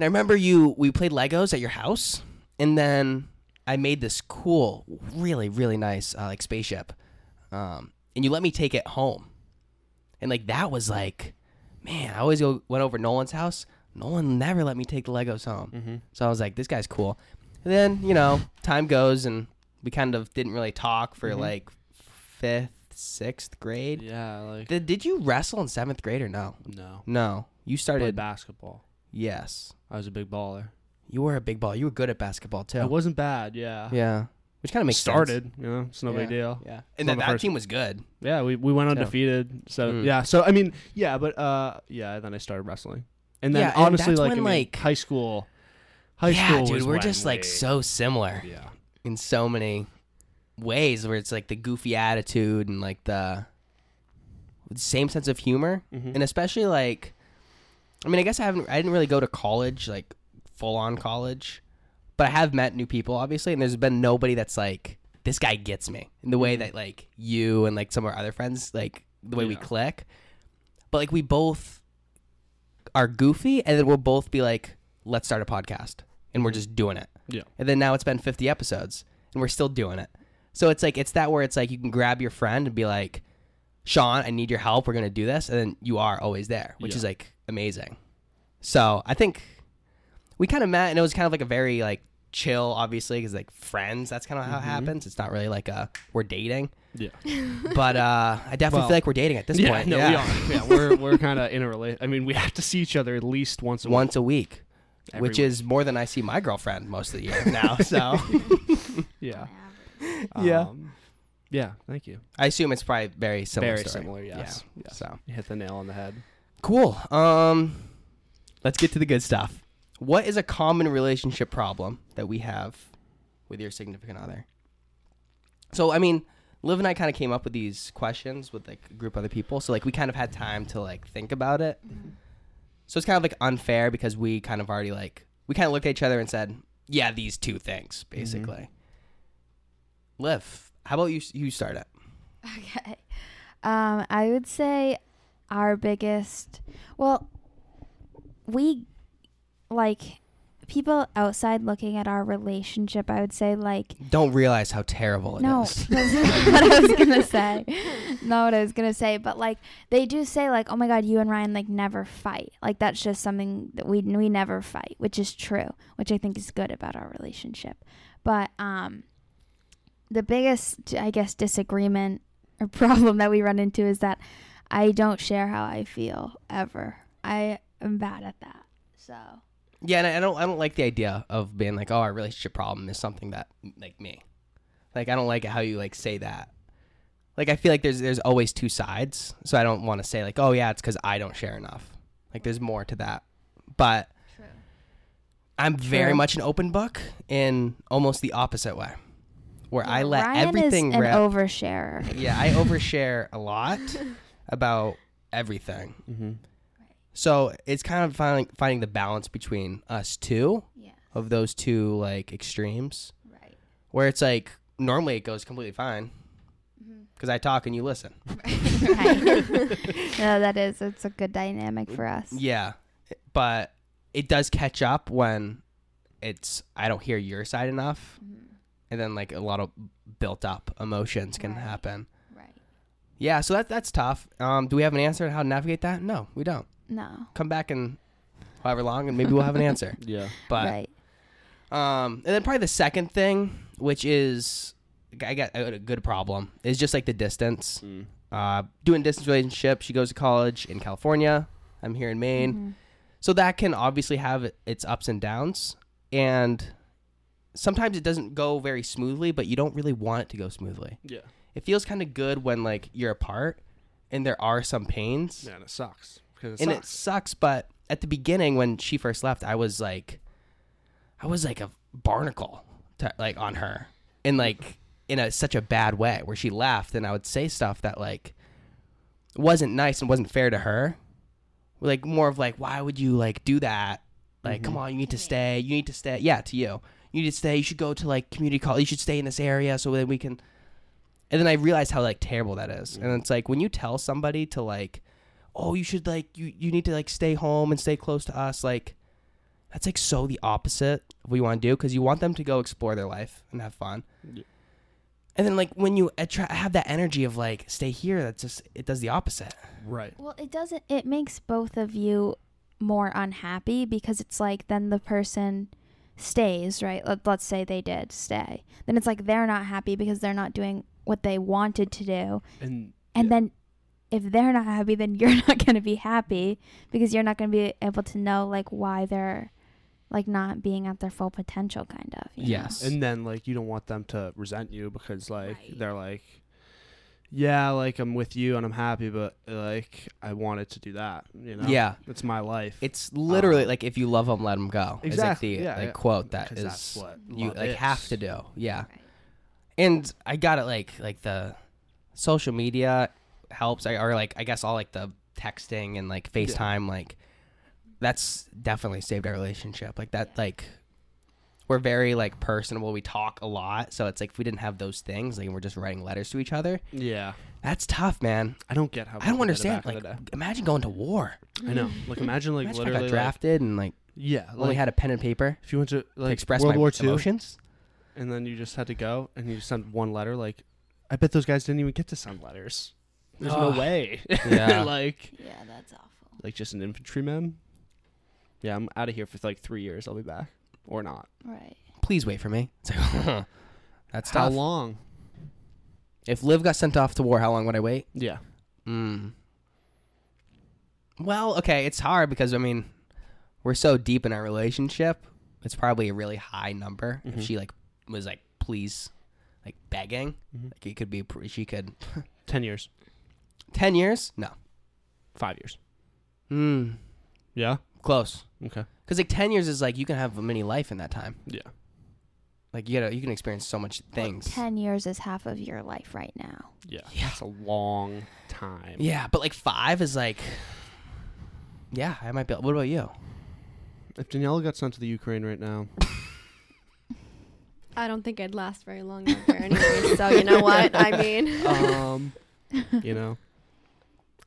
I remember you. We played Legos at your house, and then I made this cool, really, really nice uh, like spaceship, um, and you let me take it home, and like that was like, man, I always go, went over to Nolan's house. Nolan never let me take the Legos home.
Mm-hmm.
So I was like, this guy's cool. And then, you know, time goes and we kind of didn't really talk for
Mhm.
like fifth, sixth grade.
Yeah, like
Th- did you wrestle in seventh grade or no?
no.
No. You
Played
started.
basketball.
Yes.
I was a big baller.
You were a big ball. You were good at basketball too.
It wasn't bad. Yeah.
Yeah. Which kind of makes
started.
sense.
You know, it's no
Yeah.
big deal.
Yeah. And
Not
then
the
that
first-
team was good.
Yeah, we, we went
Yeah.
undefeated. So
Mm.
yeah, so I mean, yeah, but uh, yeah. Then I started wrestling, and then
Yeah, and
honestly,
that's
like,
when,
I mean,
like-
high school, high
yeah,
school,
dude,
was
we're
when
just
we-
like so similar
Yeah,
in so many ways where it's like the goofy attitude and like the same sense of humor.
Mhm.
and especially like i mean i guess i haven't i didn't really go to college like full on college but i have met new people obviously and there's been nobody that's like this guy gets me in the way that like you and like some of our other friends like the way we
Yeah.
click but like we both are goofy and then we'll both be like let's start a podcast and we're just doing it
Yeah.
and then now it's been 50 episodes and we're still doing it so it's like it's that where it's like you can grab your friend and be like Sean, I need your help. We're gonna do this, and then you are always there, which
Yeah.
is like amazing. So I think we kind of met, and it was kind of like a very like chill, obviously, because like friends. That's kind of how
Mhm.
it happens. It's not really like a we're dating,
yeah,
but uh, I definitely
Well,
feel like we're dating at this
yeah.
point.
no,
yeah,
we are. Yeah, we're we're kind of in a rela- I mean, we have to see each other at least once a week.
once a week,
Every
which
week.
is more than I see my girlfriend most of the year now. So
yeah,
Yeah.
Um, yeah. Thank you.
I assume it's probably very similar.
Very
story.
similar. Yes.
Yeah.
Yes.
So.
You hit the nail on the head.
Cool. Um, let's get to the good stuff. What is a common relationship problem that we have with your significant other? So, I mean, Liv and I kind of came up with these questions with like a group of other people. So, like, we kind of had time to like think about it. So it's kind of like unfair because we kind of already like we kind of looked at each other and said, yeah, these two things basically. Liv, how about you? You start it.
Okay. Um, I would say our biggest, well, we like people outside looking at our relationship. I would say like
Don't realize how terrible it is.
no, that's not what I was gonna say. Not what I was gonna say, but like they do say like, oh my god, you and Ryan like never fight. Like that's just something that we we never fight, which is true, which I think is good about our relationship. But um, the biggest I guess disagreement or problem that we run into is that I don't share how I feel ever. I am bad at that. So
Yeah, and I- I don't I don't like the idea of being like, oh, our relationship problem is something that like me. Like I don't like how you like say that. Like I feel like there's there's always two sides, so I don't want to say like, oh yeah, it's because I don't share enough. Like there's more to that, but
Mm.
True.
I'm very
True.
much an open book in almost the opposite way, where I let
Ryan
everything
is an
rip.
oversharer.
yeah, I overshare a lot about everything.
Mm-hmm.
So it's kind of finding finding the balance between us two
Yeah,
of those two like extremes
right.
where it's like normally it goes completely fine
mm-hmm.
because I talk and you listen.
no, that is. It's a good dynamic for us.
Yeah, but it does catch up when it's I don't hear your side enough,
Mm-hmm.
and then like a lot of built up emotions can
Right.
happen.
Right.
Yeah, so that that's tough. Um, do we have an answer on how to navigate that? No, we don't.
No.
Come back in however long, and maybe we'll have an answer.
Yeah.
But
right.
Um, and then probably the second thing, which is I got a good problem, is just like the distance.
Mm.
Uh, doing distance relationship, she goes to college in California. I'm here in
Mm-hmm.
Maine, so that can obviously have its ups and downs, and sometimes it doesn't go very smoothly. But you don't really want it to go smoothly.
Yeah.
It feels kind of good when like you're apart, and there are some pains
Yeah, and it sucks because it
and it
sucks.
sucks. But at the beginning, when she first left, I was like, I was like a barnacle, to, like on her, and like in a such a bad way, where she left, and I would say stuff that like wasn't nice and wasn't fair to her. Like more of like, why would you like do that? Like, come
Mm-hmm.
on, you need to stay. You need to stay. Yeah, to you, you need to stay. You should go to like community college. You should stay in this area so that we can. And then I realized how like terrible that is.
Mm.
And it's like when you tell somebody to like oh you should like you you need to like stay home and stay close to us like that's like so the opposite of what you want to do because you want them to go explore their life and have fun
Yeah.
and then like when you attra- have that energy of like stay here that's just it does the opposite
Right.
Well, it doesn't. It makes both of you more unhappy because it's like then the person stays, right? Let, let's say they did stay. Then it's like they're not happy because they're not doing what they wanted to do.
And
And
Yeah.
then if they're not happy, then you're not going to be happy because you're not going to be able to know like why they're like not being at their full potential kind of. you know?
Yes.
and then like you don't want them to resent you because like
Right.
they're like yeah, like I'm with you and I'm happy, but like I wanted to do that, you know.
yeah
It's my life.
it's literally like if you love them let them go
Exactly,
is like the
yeah,
like,
yeah.
quote that
'Cause
is
that's what
you
love
like
is.
have to do yeah and i got it like like the social media helps I, or like i guess all like the texting and like facetime like that's definitely saved our relationship like that like we're very like personable we talk a lot so it's like if we didn't have those things like we're just writing letters to each other
Yeah.
that's tough man
I don't get how
i don't
people did it
understand
back in
like
the
imagine going to war
day. I know. Like imagine like
imagine if i
literally
got
like-
drafted and like
yeah,
only
like,
had a pen and paper
if you went to like
to express
World
my
War Two
emotions
and then you just had to go and you sent one letter like I bet those guys didn't even get to send letters. There's
Ugh.
no way.
Yeah.
like
Yeah, that's awful.
like just an infantryman. Yeah, I'm out of here for like three years. I'll be back or not.
Right.
please wait for me it's like that's
How
tough
long?
if liv got sent off to war how long would i wait
Yeah,
Mm. Well, okay, it's hard because I mean, we're so deep in our relationship. It's probably a really high number. If she like was like, please, like begging, like it could be. pr- She could.
ten years,
Ten years? No.
five years.
Hmm.
Yeah.
Close.
Okay.
Because like ten years is like you can have a mini life in that time.
Yeah.
Like you gotta, you can experience so much things.
10 years is half of your life right now.
Yeah.
Yeah.
That's a long time.
Yeah, but like five is like. Yeah, I might be. What about you?
If Daniela got sent to the Ukraine right now,
I don't think I'd last very long out there anyway. so you know what? I mean,
Oh.
um, you know,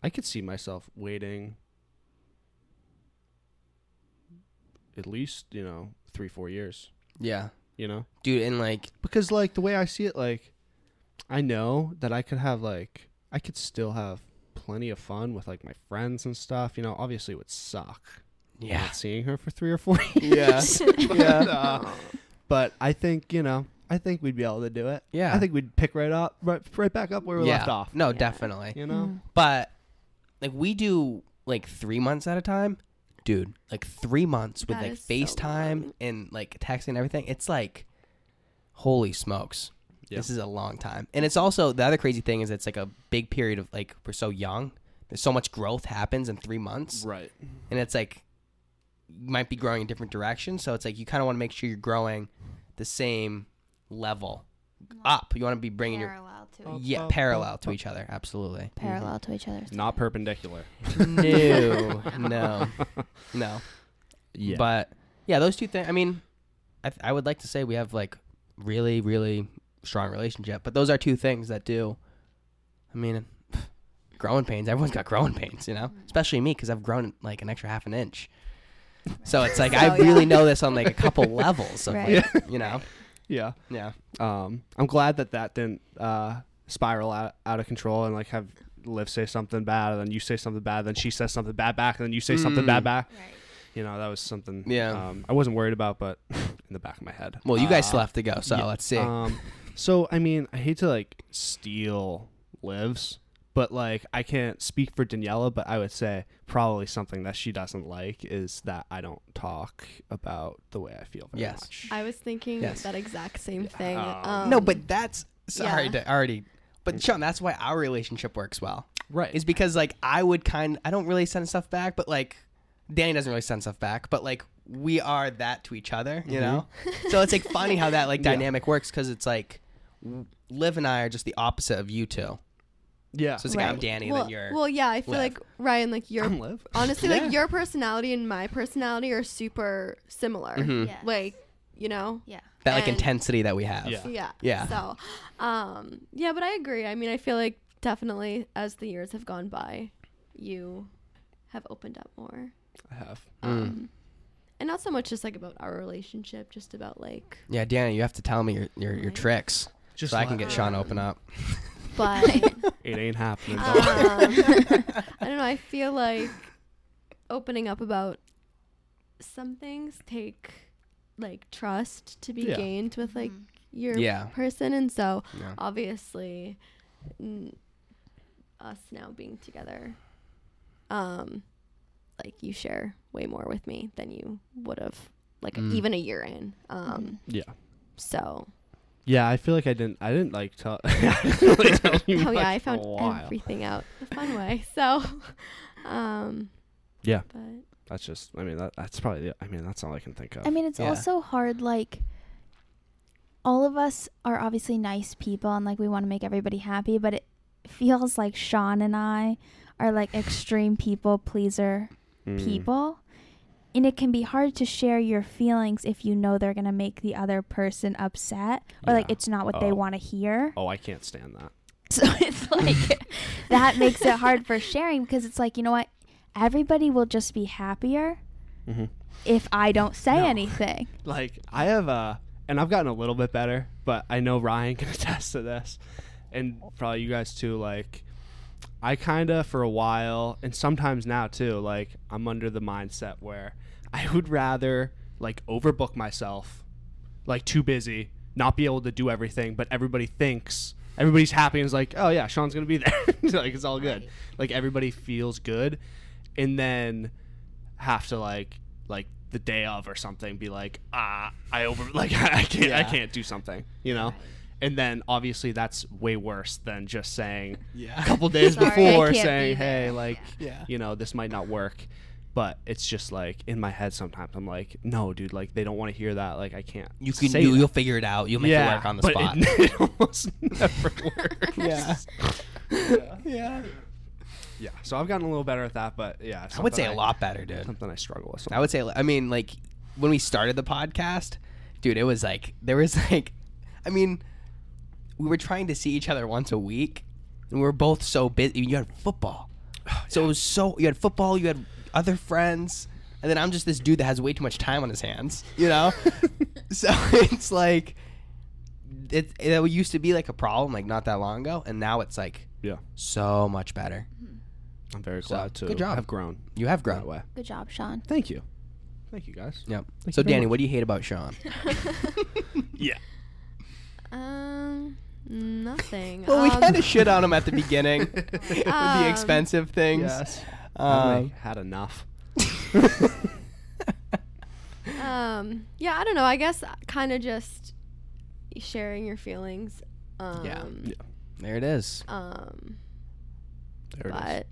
I could see myself waiting at least, you know, three, four years,
Yeah,
you know?
dude, and like
Because, like, the way I see it, like, I know that I could have, like, I could still have plenty of fun with, like, my friends and stuff. You know, obviously it would suck
yeah,
not seeing her for three or four years.
yeah,
But, uh, but I think, you know, I think we'd be able to do it.
yeah.
I think we'd pick right up, right, right back up where we left off.
No,
Yeah.
definitely.
You know?
But like we do like three months at a time, dude. Like three months with
That
like
is so
FaceTime
long.
and like texting and everything. It's like, holy smokes,
Yeah.
this is a long time. And it's also the other crazy thing is it's like a big period of like we're so young. There's so much growth happens in three months,
Right.
and it's like you might be growing in different directions. So it's like you kind of want to make sure you're growing the same level up. You want to be Ah, bringing your Mm-hmm.
parallel to
Up,
yeah
up,
parallel
up,
to
up.
each other. Absolutely. Mhm.
parallel to each other.
Not perpendicular.
no, no, no. But yeah, those two things. I mean, I, th- I would like to say we have like really, really strong relationship, but those are two things that do. I mean, growing pains. Everyone's got growing pains, you know.
Mm-hmm.
Especially me, because I've grown like an extra half an inch. So it's like I
So, yeah.
really know this on like a couple levels of
Right.
like, you know,
yeah.
yeah,
Um, I'm glad that that didn't uh, spiral out, out of control and like have Liv say something bad, and then you say something bad, then she says something bad back, and then you say something
Mm.
bad back.
Right.
You know, that was something.
Yeah.
Um, I wasn't worried about, but in the back of my head.
Well, you guys
Uh,
still have to go, so
yeah,
let's see.
Um, so I mean, I hate to like steal lives, but like I can't speak for Daniela, but I would say probably something that she doesn't like is that I don't talk about the way I feel very
Yes.
much.
I was thinking
Yes. Oh.
that exact same thing.
Um,
Um,
no, but that's sorry
yeah.
to already. But Sean, that's why our relationship works well.
right.
is because like I would kind I don't really send stuff back, but like Danny doesn't really send stuff back, but like we are that to each other,
Mm-hmm.
you know. so it's like funny how that like
Yeah.
dynamic works because it's like w- Liv and I are just the opposite of you two.
yeah.
So it's like I'm
Right.
Danny,
well,
then you're
well, yeah. I feel
Liv.
like Ryan, like your
I'm Liv.
honestly,
Yeah.
like your personality and my personality are super similar.
Mhm.
Yes.
Like you know,
yeah.
that like
and-
intensity that we have.
Yeah.
yeah.
Yeah.
So, um, yeah, but I agree. I mean, I feel like definitely as the years have gone by, you have opened up more.
I have.
Mm.
Um, and not so much just like about our relationship, just about like,
Yeah, Danny, you have to tell me your your, your
Right.
tricks
Just
so I can get
laugh.
Sean to open up.
but
It ain't happening.
um,
Oh.
dog.
I don't know. I feel like opening up about some things take like trust to be
Yeah.
gained with like
Mhm.
your
Yeah.
person, and so
Yeah.
obviously n- us now being together um like you share way more with me than you would have like
Mm.
even a year in
Mm-hmm.
um
yeah.
so
Yeah, I feel like I didn't. I didn't like tell. I didn't really tell you
oh
much
yeah i
for
found
a while.
everything out the fun way so um
Yeah.
but
That's just. I mean, that, that's probably. The, I mean, that's all I can think of.
I mean, it's
Oh, Yeah.
also hard. Like, all of us are obviously nice people, and like we want to make everybody happy. But it feels like Sean and I are like extreme people pleaser
Mm.
people, and it can be hard to share your feelings if you know they're gonna make the other person upset or like
Yeah.
it's not what they
Oh.
want to hear.
Oh, I can't stand that.
So it's like that makes it hard for sharing because it's like you know what, everybody will just be happier
Mm-hmm.
if I don't say
No.
anything.
like I have uh and I've gotten a little bit better, but I know Ryan can attest to this, and probably you guys too. Like, I kind of for a while, and sometimes now too. Like, I'm under the mindset where I would rather like overbook myself, like too busy, not be able to do everything, but everybody thinks everybody's happy and is like, oh yeah, Sean's gonna be there. So, like it's all good. Like everybody feels good, and then have to like like the day of or something be like ah I over like I can't I
Yeah.
can't do something you know and then obviously that's way worse than just saying a
Yeah.
couple days
Sorry, I
before
can't
saying
be there.
hey like
Yeah.
you know this might not work but it's just like in my head sometimes I'm like no dude like they don't want to hear that like I can't
You can
say
do.
that.
You'll figure it out. You'll make
yeah
it work on the
but
spot.
it, it almost never works
yeah. yeah. Yeah.
yeah so I've gotten a little better at that but yeah
I would
something
say a lot better, dude.
something I struggle with
I would say, I mean, like when we started the podcast, dude, it was like there was like, I mean, we were trying to see each other once a week, and we were both so busy. You had football, so it was so you had football, you had other friends, and then I'm just this dude that has way too much time on his hands, you know. so it's like it, it used to be like a problem like not that long ago, and now it's like
Yeah.
so much better.
I'm very
So,
glad to
good job.
have grown
You have
that
grown.
way.
Good job, Sean.
Thank you. Thank you guys.
Yep.
Thank
so
you very
Danny,
much.
what do you hate about Sean?
Yeah.
um, nothing.
Well, we
Um,
kind of shit on him at the beginning with the
Um,
expensive things.
Yes.
Um,
had enough.
Um, yeah, I don't know. I guess kind of just sharing your feelings. Um,
Yeah. there it is.
Um,
There it is. Mm-hmm.
but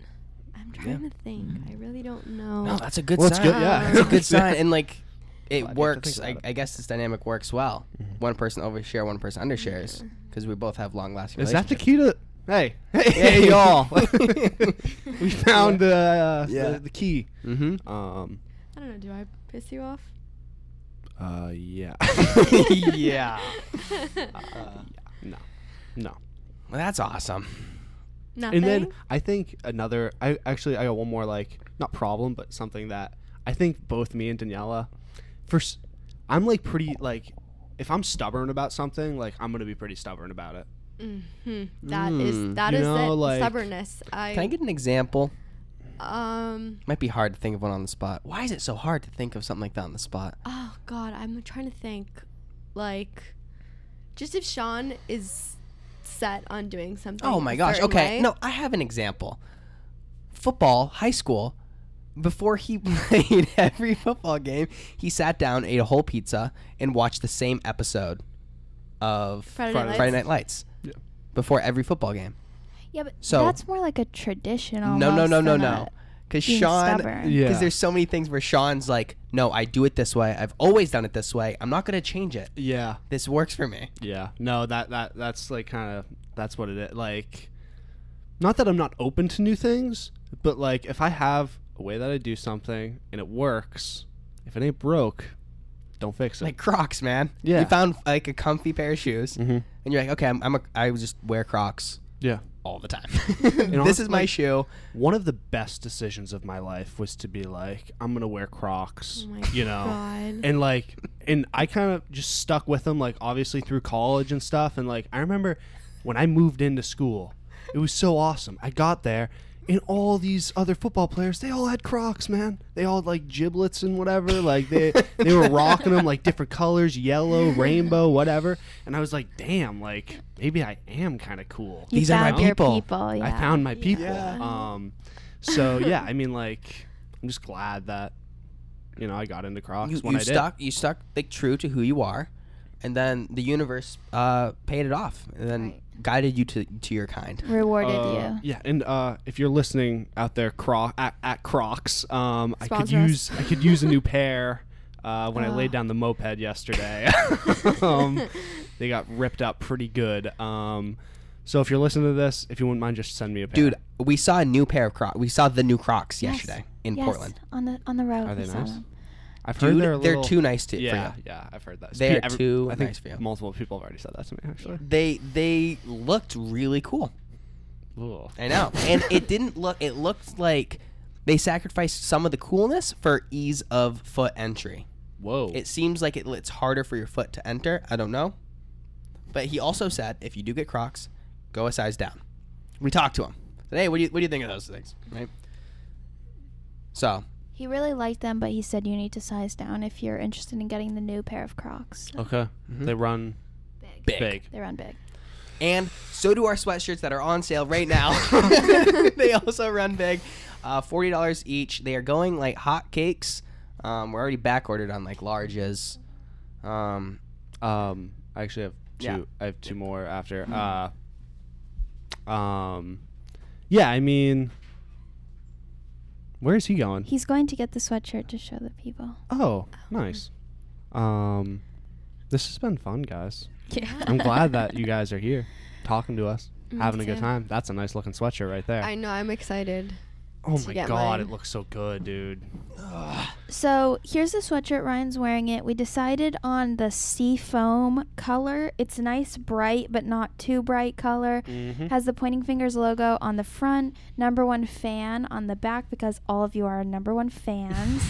I'm trying to think. I really don't know.
No, that's a good
Well, it's
sign.
good. Yeah.
It's a good sign, and like it
Glad you have to
works. I,
think about Mm-hmm.
I guess this dynamic works well. One person overshare, one person undershares, because we both have long-lasting.
Is that the
relationships.
key to? Hey, hey, hey, y'all! we found uh,
Yeah.
the, the key.
Mm-hmm.
Um.
I don't know. Do I piss you off?
Uh. Yeah.
yeah. Uh,
no. No.
well, that's awesome.
Nothing.
And then I think another. I actually I got one more like not problem but something that I think both me and Daniela, first, I'm like pretty like, if I'm stubborn about something like I'm gonna be pretty stubborn about it.
Mhm. That is
Mm,
that
you
is
know,
it.
like-
Stubbornness. I,
Can I get an example?
um.
Might be hard to think of one on the spot. Why is it so hard to think of something like that on the spot?
Oh God, I'm trying to think. Like, just if Sean is set on doing something.
Oh my
a
gosh.
certain
Okay.
way-
No, I have an example. Football, high school, before he played every football game, he sat down, ate a whole pizza, and watched the same episode of
Friday
Friday,
Night
Night Lights.
Yeah.
Before every football game.
Yeah, but
So-
that's more like a tradition.
Oh,
no, no,
almost
no, no,
than
no.
a
Because
being
Sean,
stubborn.
Yeah.
because there's so many things where Sean's like, no, I do it this way. I've always done it this way. I'm not going to change it.
Yeah.
This works for me.
Yeah. No, that that that's like kind of that's what it is. Like not that I'm not open to new things, but like if I have a way that I do something and it works, if it ain't broke, don't fix it.
Like Crocs, man.
Yeah.
You found like a comfy pair of shoes,
Mhm.
and you're like, okay, I'm, I'm a, I would just wear Crocs.
yeah.
all the time. this
honestly,
is my
like-
shoe.
One of the best decisions of my life was to be like, I'm gonna wear Crocs,
Oh my
you know,
God.
and like, and I kind of just stuck with them, like obviously through college and stuff. And like, I remember when I moved into school, it was so awesome. I got there, and all these other football players, they all had Crocs, man. They all had like giblets and whatever. Like they they were rocking them like different colors, yellow, rainbow, whatever. And I was like, damn, like maybe I am kind of cool.
You
These are my
found your
people.
yeah.
I found my people.
Yeah.
Um, so yeah, I mean, like, I'm just glad that you know I got into Crocs
You,
when
you
I
stuck. You stuck like true to who you are, and then the universe uh, paid it off, and then guided you to to your kind.
did.
rewarded
Uh,
you.
yeah, and uh, if you're listening out there, Cro- at, at Crocs, um, I could
Sponsor us.
use I could use a new pair. Uh, when I laid
Ah.
down the moped yesterday, um, they got ripped up pretty good. Um, so if you're listening to this, if you wouldn't mind, just send me a pair.
Dude, we saw a new pair of Crocs. We saw the new Crocs
Yes.
yesterday in
yes,
Portland.
on the on the road.
Are they
we saw
nice?
them.
I've heard
Dude,
they're
they're,
a little
too nice to
yeah,
for you.
yeah, I've heard that.
They
Spe-
are
every-
too
I think
nice for you.
multiple people have already said that to me. Actually,
They they looked really cool.
Ugh.
I know, and it didn't look. It looked like they sacrificed some of the coolness for ease of foot entry.
Whoa.
It seems like it, it's harder for your foot to enter. I don't know. But he also said, if you do get Crocs, go a size down. We talked to him. Said, hey, what do you what do you think of those things? Right. So
He really liked them, but he said you need to size down if you're interested in getting the new pair of Crocs.
okay. They run
Mm-hmm. big.
They run big.
and so do our sweatshirts that are on sale right now. they also run big, uh, forty dollars each. They are going like hot cakes. Um, we're already back ordered on like larges. Um,
Um, I actually have two.
Yeah. Hmm.
I have two more after. Uh, um, yeah. I mean, where is he going?
He's going to get the sweatshirt to show the people.
Oh, nice. Um, this has been fun, guys. I'm glad that you guys are here, talking to us, having a good
too.
time. That's a nice looking sweatshirt right there.
I know. I'm excited.
oh
to
my
get
god,
mine.
it looks so good, dude.
So here's the sweatshirt Ryan's wearing. It. We decided on the sea foam color. It's nice, bright, but not too bright color.
Mm-hmm.
Has the Pointing Fingers logo on the front, number one fan on the back because all of you are number one fans.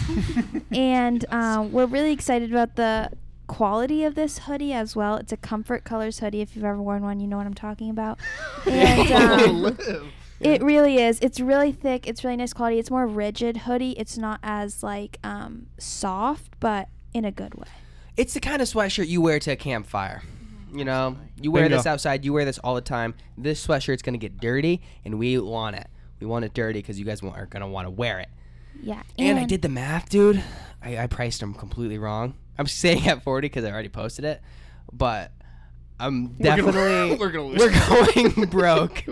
and um, we're really excited about the quality of this hoodie as well. It's a comfort colors hoodie. If you've ever worn one, you know what I'm talking about. And, um, It
Mm.
really is. It's really thick. It's really nice quality. It's more rigid hoodie. It's not as like um, soft, but in a good way.
It's the kind of sweatshirt you wear to a campfire. You know, you wear
Bingo.
this outside, you wear this all the time. This sweatshirt's going to get dirty, and we want it. We want it dirty because you guys wa- are going to want to wear it.
Yeah.
And, I did the math, dude. I, I priced them completely wrong. I'm saying at 40 because I already posted it, but I'm definitely
we're gonna lose.
we're going broke.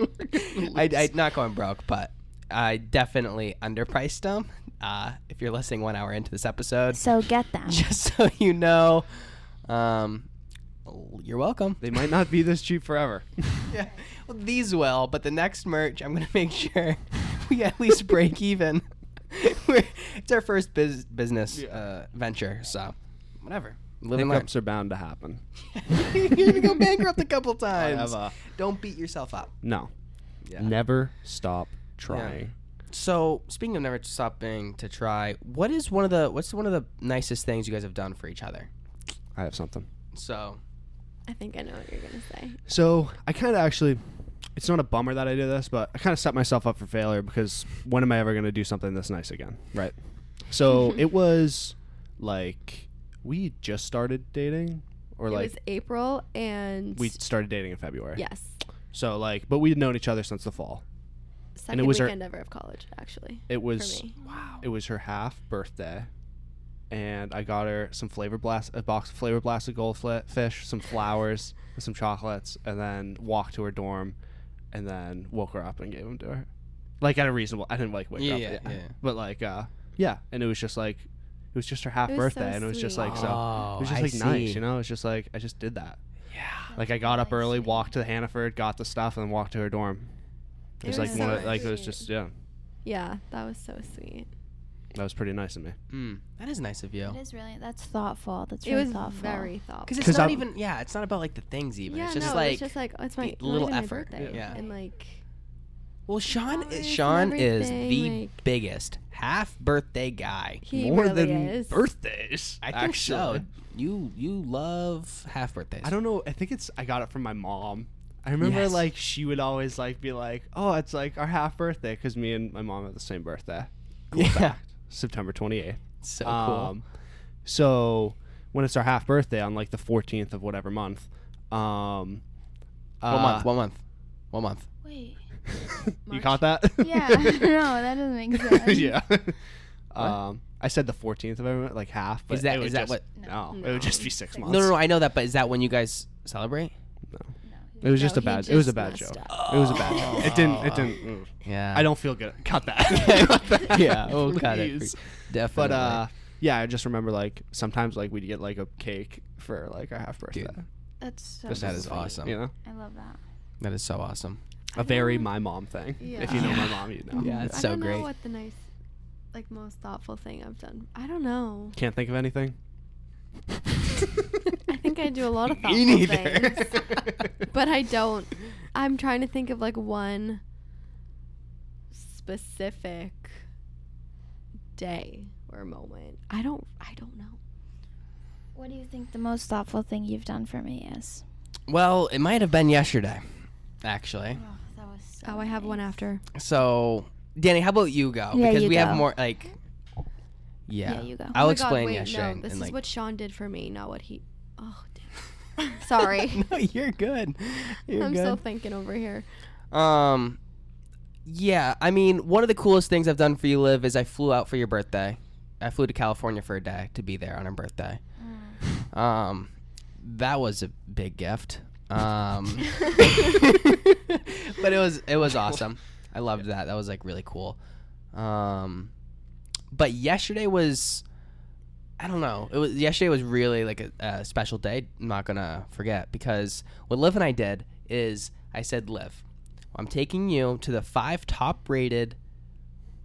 I, I not going broke, but I definitely underpriced them. Uh, if you're listening one hour into this episode,
So get them.
just so you know, um, you're welcome.
They might not be this cheap forever.
Yeah. Well, these will, but the next merch, I'm gonna make sure we at least break even. We're, it's our first biz- business uh, venture, so whatever. Living life.
Hiccups are bound to happen.
You're gonna go bankrupt a couple times.
Whatever.
Don't beat yourself up.
No.
Yeah.
Never stop trying.
So speaking of never stopping to try, what is one of the what's one of the nicest things you guys have done for each other?
I have something.
So
I think I know what you're gonna say.
So I kind of actually, it's not a bummer that I did this, but I kind of set myself up for failure because when am I ever going to do something this nice again? Right. So it was like we just started dating, or
it
like
was April and
we started dating in February.
yes,
So like, but we had known each other since the fall.
second
was our-
weekend ever of college actually.
It was
me.
wow. It was her half birthday. And I got her some flavor blast, a box of flavor blasted goldfish, some flowers, and some chocolates, and then walked to her dorm, and then woke her up and gave them to her, like at a reasonable. I didn't like wake her up,
Yeah, yeah.
but like, uh, yeah. And it was just like, it was just her half
It was so
birthday, and it was just
sweet.
like, so it was just
Oh,
like nice, you know. It was just like I just did that.
Yeah.
Like I got up early, walked to Hannaford, got the stuff, and then walked to her dorm. It
It
was
was
like one
so
of, like it was
sweet.
just yeah,
Yeah, that was so sweet.
that was pretty nice of me.
Mm, that is nice of you.
That is really that's thoughtful. That's
It
really
was
thoughtful.
very thoughtful.
Because it's
'Cause
not
I'm-
even yeah, it's not about like the things even.
yeah,
it's just
no,
like
it's just like oh, it's my
the little
not even
effort.
My birthday.
Yeah.
and like
well, Sean is,
flowers
Sean
and
is the
everything, like-
biggest half birthday guy.
he
more
really
than
is.
birthdays.
I think so. You you love half birthdays.
I don't know. I think it's I got it from my mom. I remember
Yes.
like she would always like be like, "Oh, it's like our half birthday because me and my mom have the same birthday." Cool
Yeah.
fact. September 28th.
It's so Oh, cool.
Um, so when it's our half birthday on like the 14th of whatever month, um,
One
uh,
month. One month. One month.
Wait.
you
March.
caught that?
Yeah. no, that doesn't make sense.
yeah. Um, I said the 14th of every month, like half. But
Is that-
it would
is that
just-
what-
No,
No.
it would just be six
No,
months.
no, no. I know that, but is that when you guys celebrate?
It was just
No,
a
he
bad. it was
just
a bad
messed
joke.
up.
It was a bad joke. It didn't. It didn't. mm.
Yeah.
I don't feel good. Cut that. Cut that.
Oh. yeah. Oh god. it
Please.
freak- Definitely.
But uh, yeah, I just remember like sometimes like we'd get like a cake for like our half birthday.
Dude.
That's so.
But that is
funny,
awesome.
You know,
I love that.
that is so awesome.
a very my mom thing. If you know my mom, you know.
Yeah, it's
I
so
don't
great.
know what the nice, like most thoughtful thing I've done. I don't know.
Can't think of anything.
I think I do a lot of thoughtful
Me neither.
things, but I don't. I'm trying to think of like one specific day or moment. I don't. I don't know.
What do you think the most thoughtful thing you've done for me is?
well, it might have been yesterday, actually.
Oh, that was so.
Oh, I have one after.
So, Danny, how about you go?
Yeah,
because
you
we
go.
have more like. Yeah.
Yeah, you go.
I'll
Oh my God,
explain
wait,
yesterday.
No,
and,
this is
like,
what Sean did for me, not what he. Oh, damn. sorry.
no, you're good. You're
I'm
good.
still thinking over here.
Um, yeah, I mean, one of the coolest things I've done for you, Liv, is I flew out for your birthday. I flew to California for a day to be there on her birthday.
Mm.
Um, that was a big gift. Um, but it was it was awesome. I loved that. That was like really cool. Um, but yesterday was, I don't know. It was yesterday was really like a, a special day. I'm not gonna forget because what Liv and I did is I said, Liv, I'm taking you to the five top rated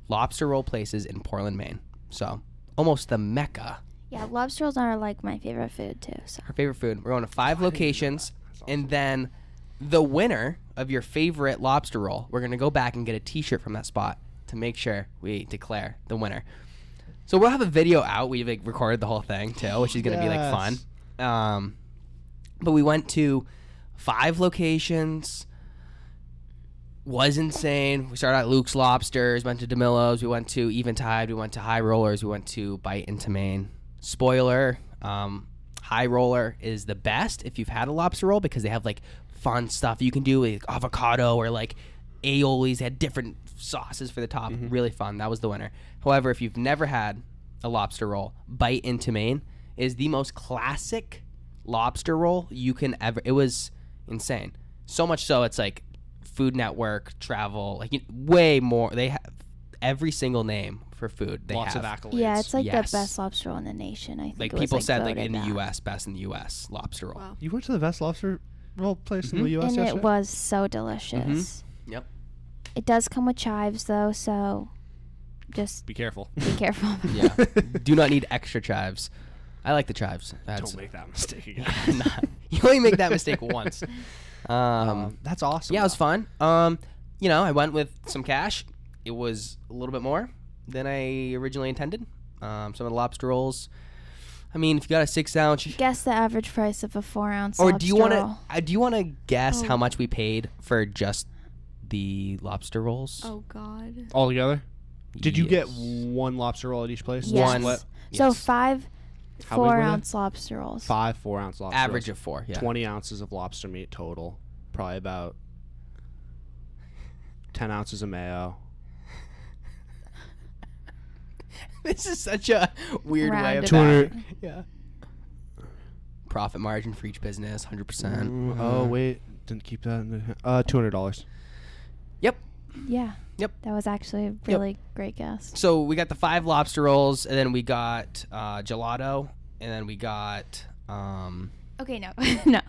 lobster roll places in Portland, Maine. So almost the mecca.
Yeah, lobster rolls are like my favorite food too. So
Her favorite food. We're going to five locations, and then the winner of your favorite lobster roll, we're gonna go back and get a T-shirt from that spot to make sure we declare the winner. So we'll have a video out. We like recorded the whole thing too, which is gonna be like fun.
Yes.
Um, but we went to five locations. Was insane. We started at Luke's Lobsters, went to Demillo's, we went to Eventide, we went to High Rollers, we went to Bite into Maine. Spoiler: um, High Roller is the best if you've had a lobster roll because they have like fun stuff you can do with avocado or like aiolis. They had different sauces for the top. Really fun. That was the winner. However, if you've never had a lobster roll, Bite into Maine is the most classic lobster roll you can ever. It was insane. So much so, it's like Food Network, travel, like you- way more. They have every single name for food. They
Lots
have.
of accolades.
yeah, it's like
Yes.
the best lobster roll in the nation. I think
Like
it was,
people said, like
voted
in the
that.
U.S., best in the U.S. lobster roll.
Wow.
You went to the best lobster roll place in the U.S.
Mm-hmm. and
yesterday.
it was so delicious.
Yep.
It does come with chives though, so just
Be careful.
be careful.
Yeah. Do not need extra chives. I like the chives. That's
Don't make that mistake again.
Nah. you only make that mistake once. Um,
Um, that's awesome.
yeah, it was
though.
fun. Um, you know, I went with some cash. It was a little bit more than I originally intended. Um, some of the lobster rolls. I mean, if you got a six ounce,
Guess the average price of a four ounce.
or Oh, do you want
lobster roll.
to? Do you want to guess how
Oh.
much we paid for just the lobster rolls?
Oh God.
All together. Did you get
Yes.
one lobster roll at each place?
Yes.
one-
Split?
So
Yes.
five
How big were they?
four ounce lobster rolls.
Five four ounce lobster.
average
rolls.
of four? Yeah.
twenty ounces of lobster meat total. Probably about ten ounces of mayo.
This is such a weird way of
Roundabout.
saying-
200
Yeah. Profit margin for each business, hundred percent.
Ooh, oh wait, didn't keep that. in the, Uh, two hundred dollars.
Yep.
Yeah.
Yep.
That was actually a really great guess.
So we got the five lobster rolls, and then we got uh, gelato, and then we got um,
Okay, no, no.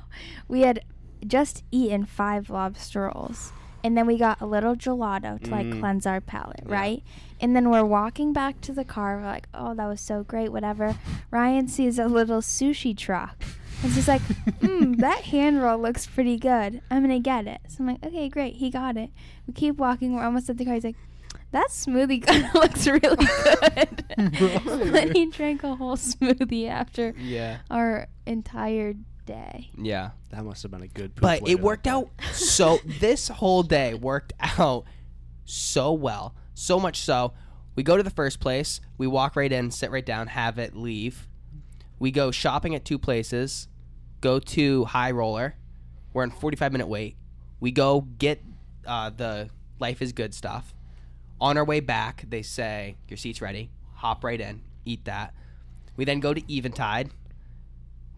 We had just eaten five lobster rolls, and then we got a little gelato to like
Mm.
cleanse our palate, right? And then we're walking back to the car. We're like, "Oh, that was so great, whatever." Ryan sees a little sushi truck, and he's like, "Hmm, that hand roll looks pretty good. I'm gonna get it." So I'm like, "Okay, great." He got it. We keep walking. We're almost at the car. He's like. That smoothie kinda looks really good. and then he drank a whole smoothie after
yeah,
our entire day.
yeah.
That must have been a good. poop
But
later
it
that
worked
day.
out so. This whole day worked out so well, so much so. We go to the first place. We walk right in, sit right down, have it, leave. We go shopping at two places. Go to High Roller. We're in 45 minute wait. We go get uh, the life is good stuff. On our way back, they say your seat's ready. Hop right in, eat that. We then go to Eventide,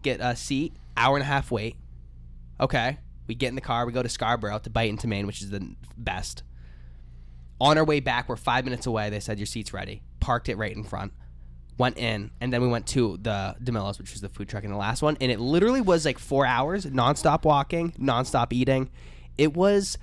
get a seat, hour and a half wait. Okay, we get in the car. We go to Scarborough to Bite into Maine, which is the n- best. On our way back, we're five minutes away. They said your seat's ready. Parked it right in front. Went in, and then we went to the Demillos, which was the food truck, and the last one. And it literally was like four hours, nonstop walking, nonstop eating. It was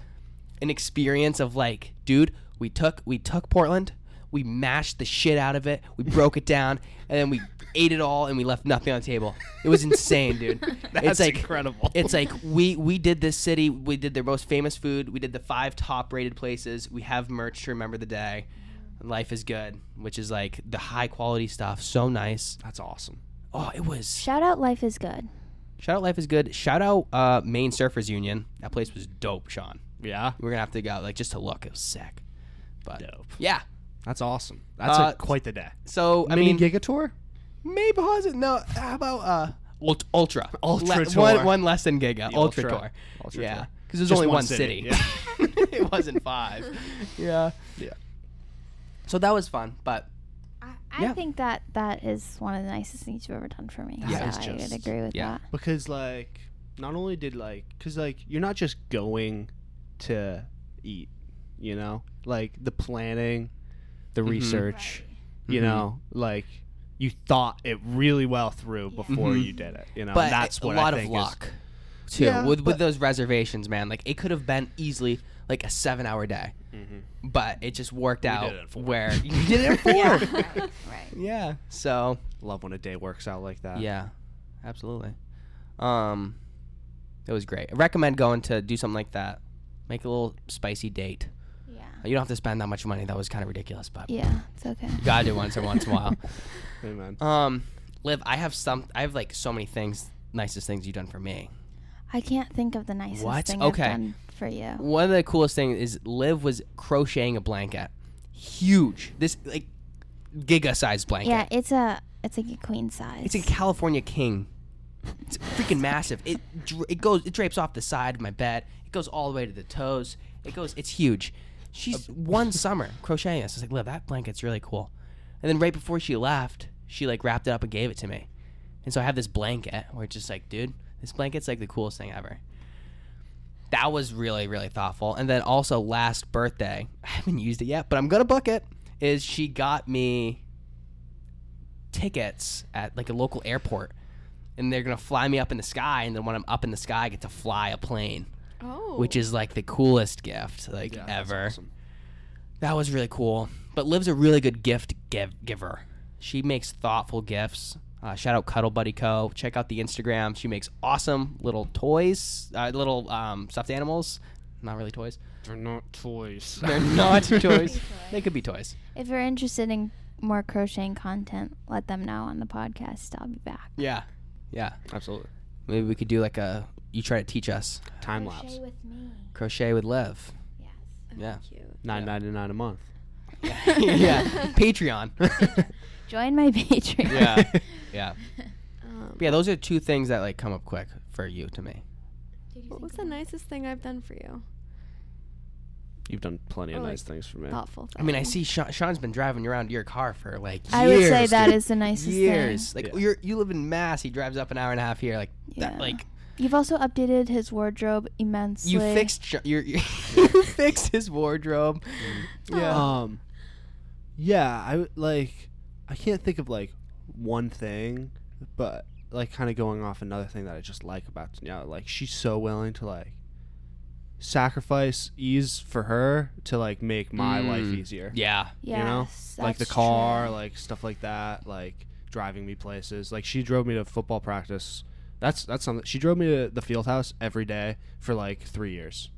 an experience of like, dude, we took we took Portland, we mashed the shit out of it, we broke it down, and then we ate it all, and we left nothing on the table. It was insane, dude. it's like
incredible.
it's like we we did this city, we did their most famous food, we did the five top rated places, we have merch to remember the day. Life is good, which is like the high quality stuff, so nice.
That's awesome.
Oh, it was
Shout out, life is good.
shout out. Life is good. Shout out uh, Maine Surfers Union. That place was dope, Sean.
Yeah.
We're gonna have to go like just to look. It was sick. But
Dope.
yeah,
That's awesome. That's
Uh,
like quite the day.
so I
Mini
mean,
Giga Tour?
maybe positive. No, how about uh, ult- ultra,
Ultra tour.
one, one less than Giga,
The
ultra,
Ultra-
tour,
Ultra
yeah,
tour.
because there's
Just
only
one
one city.
city,
it wasn't five. Yeah,
Yeah.
So that was fun, but
I, I
Yeah.
think that that is one of the nicest things you've ever done for me.
Yeah,
so
it's
I would
just-
agree with
yeah.
that.
Because like not only did like cuz like you're not just going to eat, you know? Like the planning, the
Mm-hmm.
research, you
Mhm.
know, like you thought it really well through before
Mhm.
you did it, you know.
but
that's
a
what
lot
I
of
think is-
luck too
Yeah,
with with
but-
those reservations, man. Like it could have been easily like a seven hour day,
Mm-hmm.
but it just worked out
it at four.
where you did it at four.
Yeah.
yeah.
right, right.
So
Love when a day works out like that.
yeah, absolutely. Um, it was great. I recommend going to do something like that. Make a little spicy date.
Yeah.
You don't have to spend that much money. That was kind of ridiculous, but
Yeah. It's okay.
you gotta do it once or once in a while.
Amen.
Um, Liv, I have some. I have like so many things, nicest things you've done for me.
I can't think of the nicest
What?
thing
Okay. Oh
I've done for you.
One of the coolest things is Liv was crocheting a blanket, huge. This like giga sized blanket.
Yeah, it's a it's like a queen size.
It's a California king. It's freaking massive. It dra- it goes it drapes off the side of my bed. It goes all the way to the toes. It goes it's huge. She's one summer crocheting this. I was like, Liv, that blanket's really cool. And then right before she left, she like wrapped it up and gave it to me. And so I have this blanket where it's just like, dude, this blanket's like the coolest thing ever. That was really, really thoughtful. And then also last birthday, I haven't used it yet, but I'm gonna book it. Is she got me tickets at like a local airport and they're gonna fly me up in the sky and then when i'm up in the sky i get to fly a plane
Oh.
which is like the coolest gift like
Yeah, that's
ever
awesome.
that was really cool but liv's a really good gift give- giver she makes thoughtful gifts uh, shout out cuddle buddy co check out the instagram she makes awesome little toys uh, little um, stuffed animals not really toys
They're not toys.
they're not toys they could be toys
if you're interested in more crocheting content, let them know on the podcast. I'll be back.
yeah yeah
Absolutely.
maybe we could do like a you try to teach us
Time lapse.
with me.
crochet with liv
Yes.
yeah
Cute.
Nine ninety nine a month.
yeah, Patreon.
Join my Patreon.
Yeah, yeah,
Um,
yeah. Those are two things that like come up quick for you to me.
What was the nicest thing I've done for you?
You've done plenty of
Oh,
nice things for me.
Thoughtful. Thing.
I
Oh.
mean, I see Sean, Sean's been driving you around your car for like years.
I would say that
dude.
is the nicest
years. Like
Yeah.
you're you live in Mass. He drives up an hour and a half here. Like
thing.
that. Like
You've also updated his wardrobe immensely.
you fixed Sha- your you fixed his wardrobe.
Oh.
Yeah.
Um, yeah, I would like. I can't think of like one thing, but like kind of going off another thing that I just like about Danielle. Like she's so willing to like sacrifice ease for her to like make my life
Mm.
easier.
Yeah.
Yes,
you know, like the
that's
car,
true.
like stuff like that, like driving me places. Like she drove me to football practice. That's that's something. She drove me to the field house every day for like three years.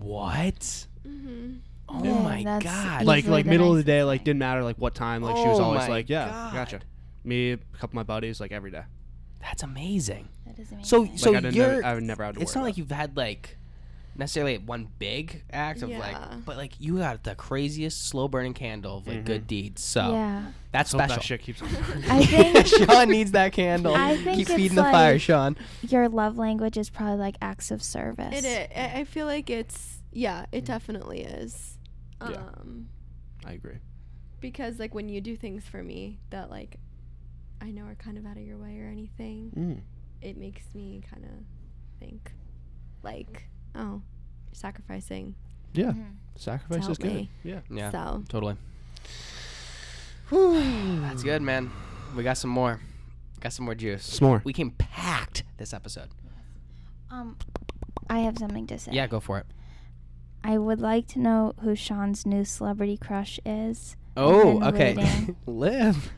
What?
Mm-hmm.
Oh
Yeah,
my
that's
god.
easy.
like
Easily
like
the
middle of the
nicest
day, like
thing.
didn't matter like what time. Like she was
Oh
always
my
like, yeah,
God.
gotcha. Me, a couple of my buddies, like every day.
that's amazing.
That is amazing.
So so
Like I didn't.
you're
Never, I would never have to
it's not
worry about
like you've had like necessarily one big act of
Yeah.
like but like you got the craziest slow burning candle of like
Mm-hmm.
good deeds so
yeah,
that's
it. Hope
special
that shit keeps on.
I think
sean needs that candle
I think
keep
it's
feeding the fire
like-
sean
your love language is probably like acts of service.
It is. I I feel like it's yeah,
Mm-hmm.
it definitely is. Um
Yeah. I agree.
because like when you do things for me that like I know are kind of out of your way or anything,
Mm.
it makes me kind of think like, oh, you're sacrificing.
Yeah,
Mhm.
Mm-hmm.
sacrifice
To
is
help
good.
me.
Yeah.
yeah
So,
totally that's good man we got some more got some more juice
S'more.
we came packed this episode
Um, I have something to say.
yeah go for it
I would like to know who Sean's new celebrity crush is.
oh
been
okay
waiting.
liv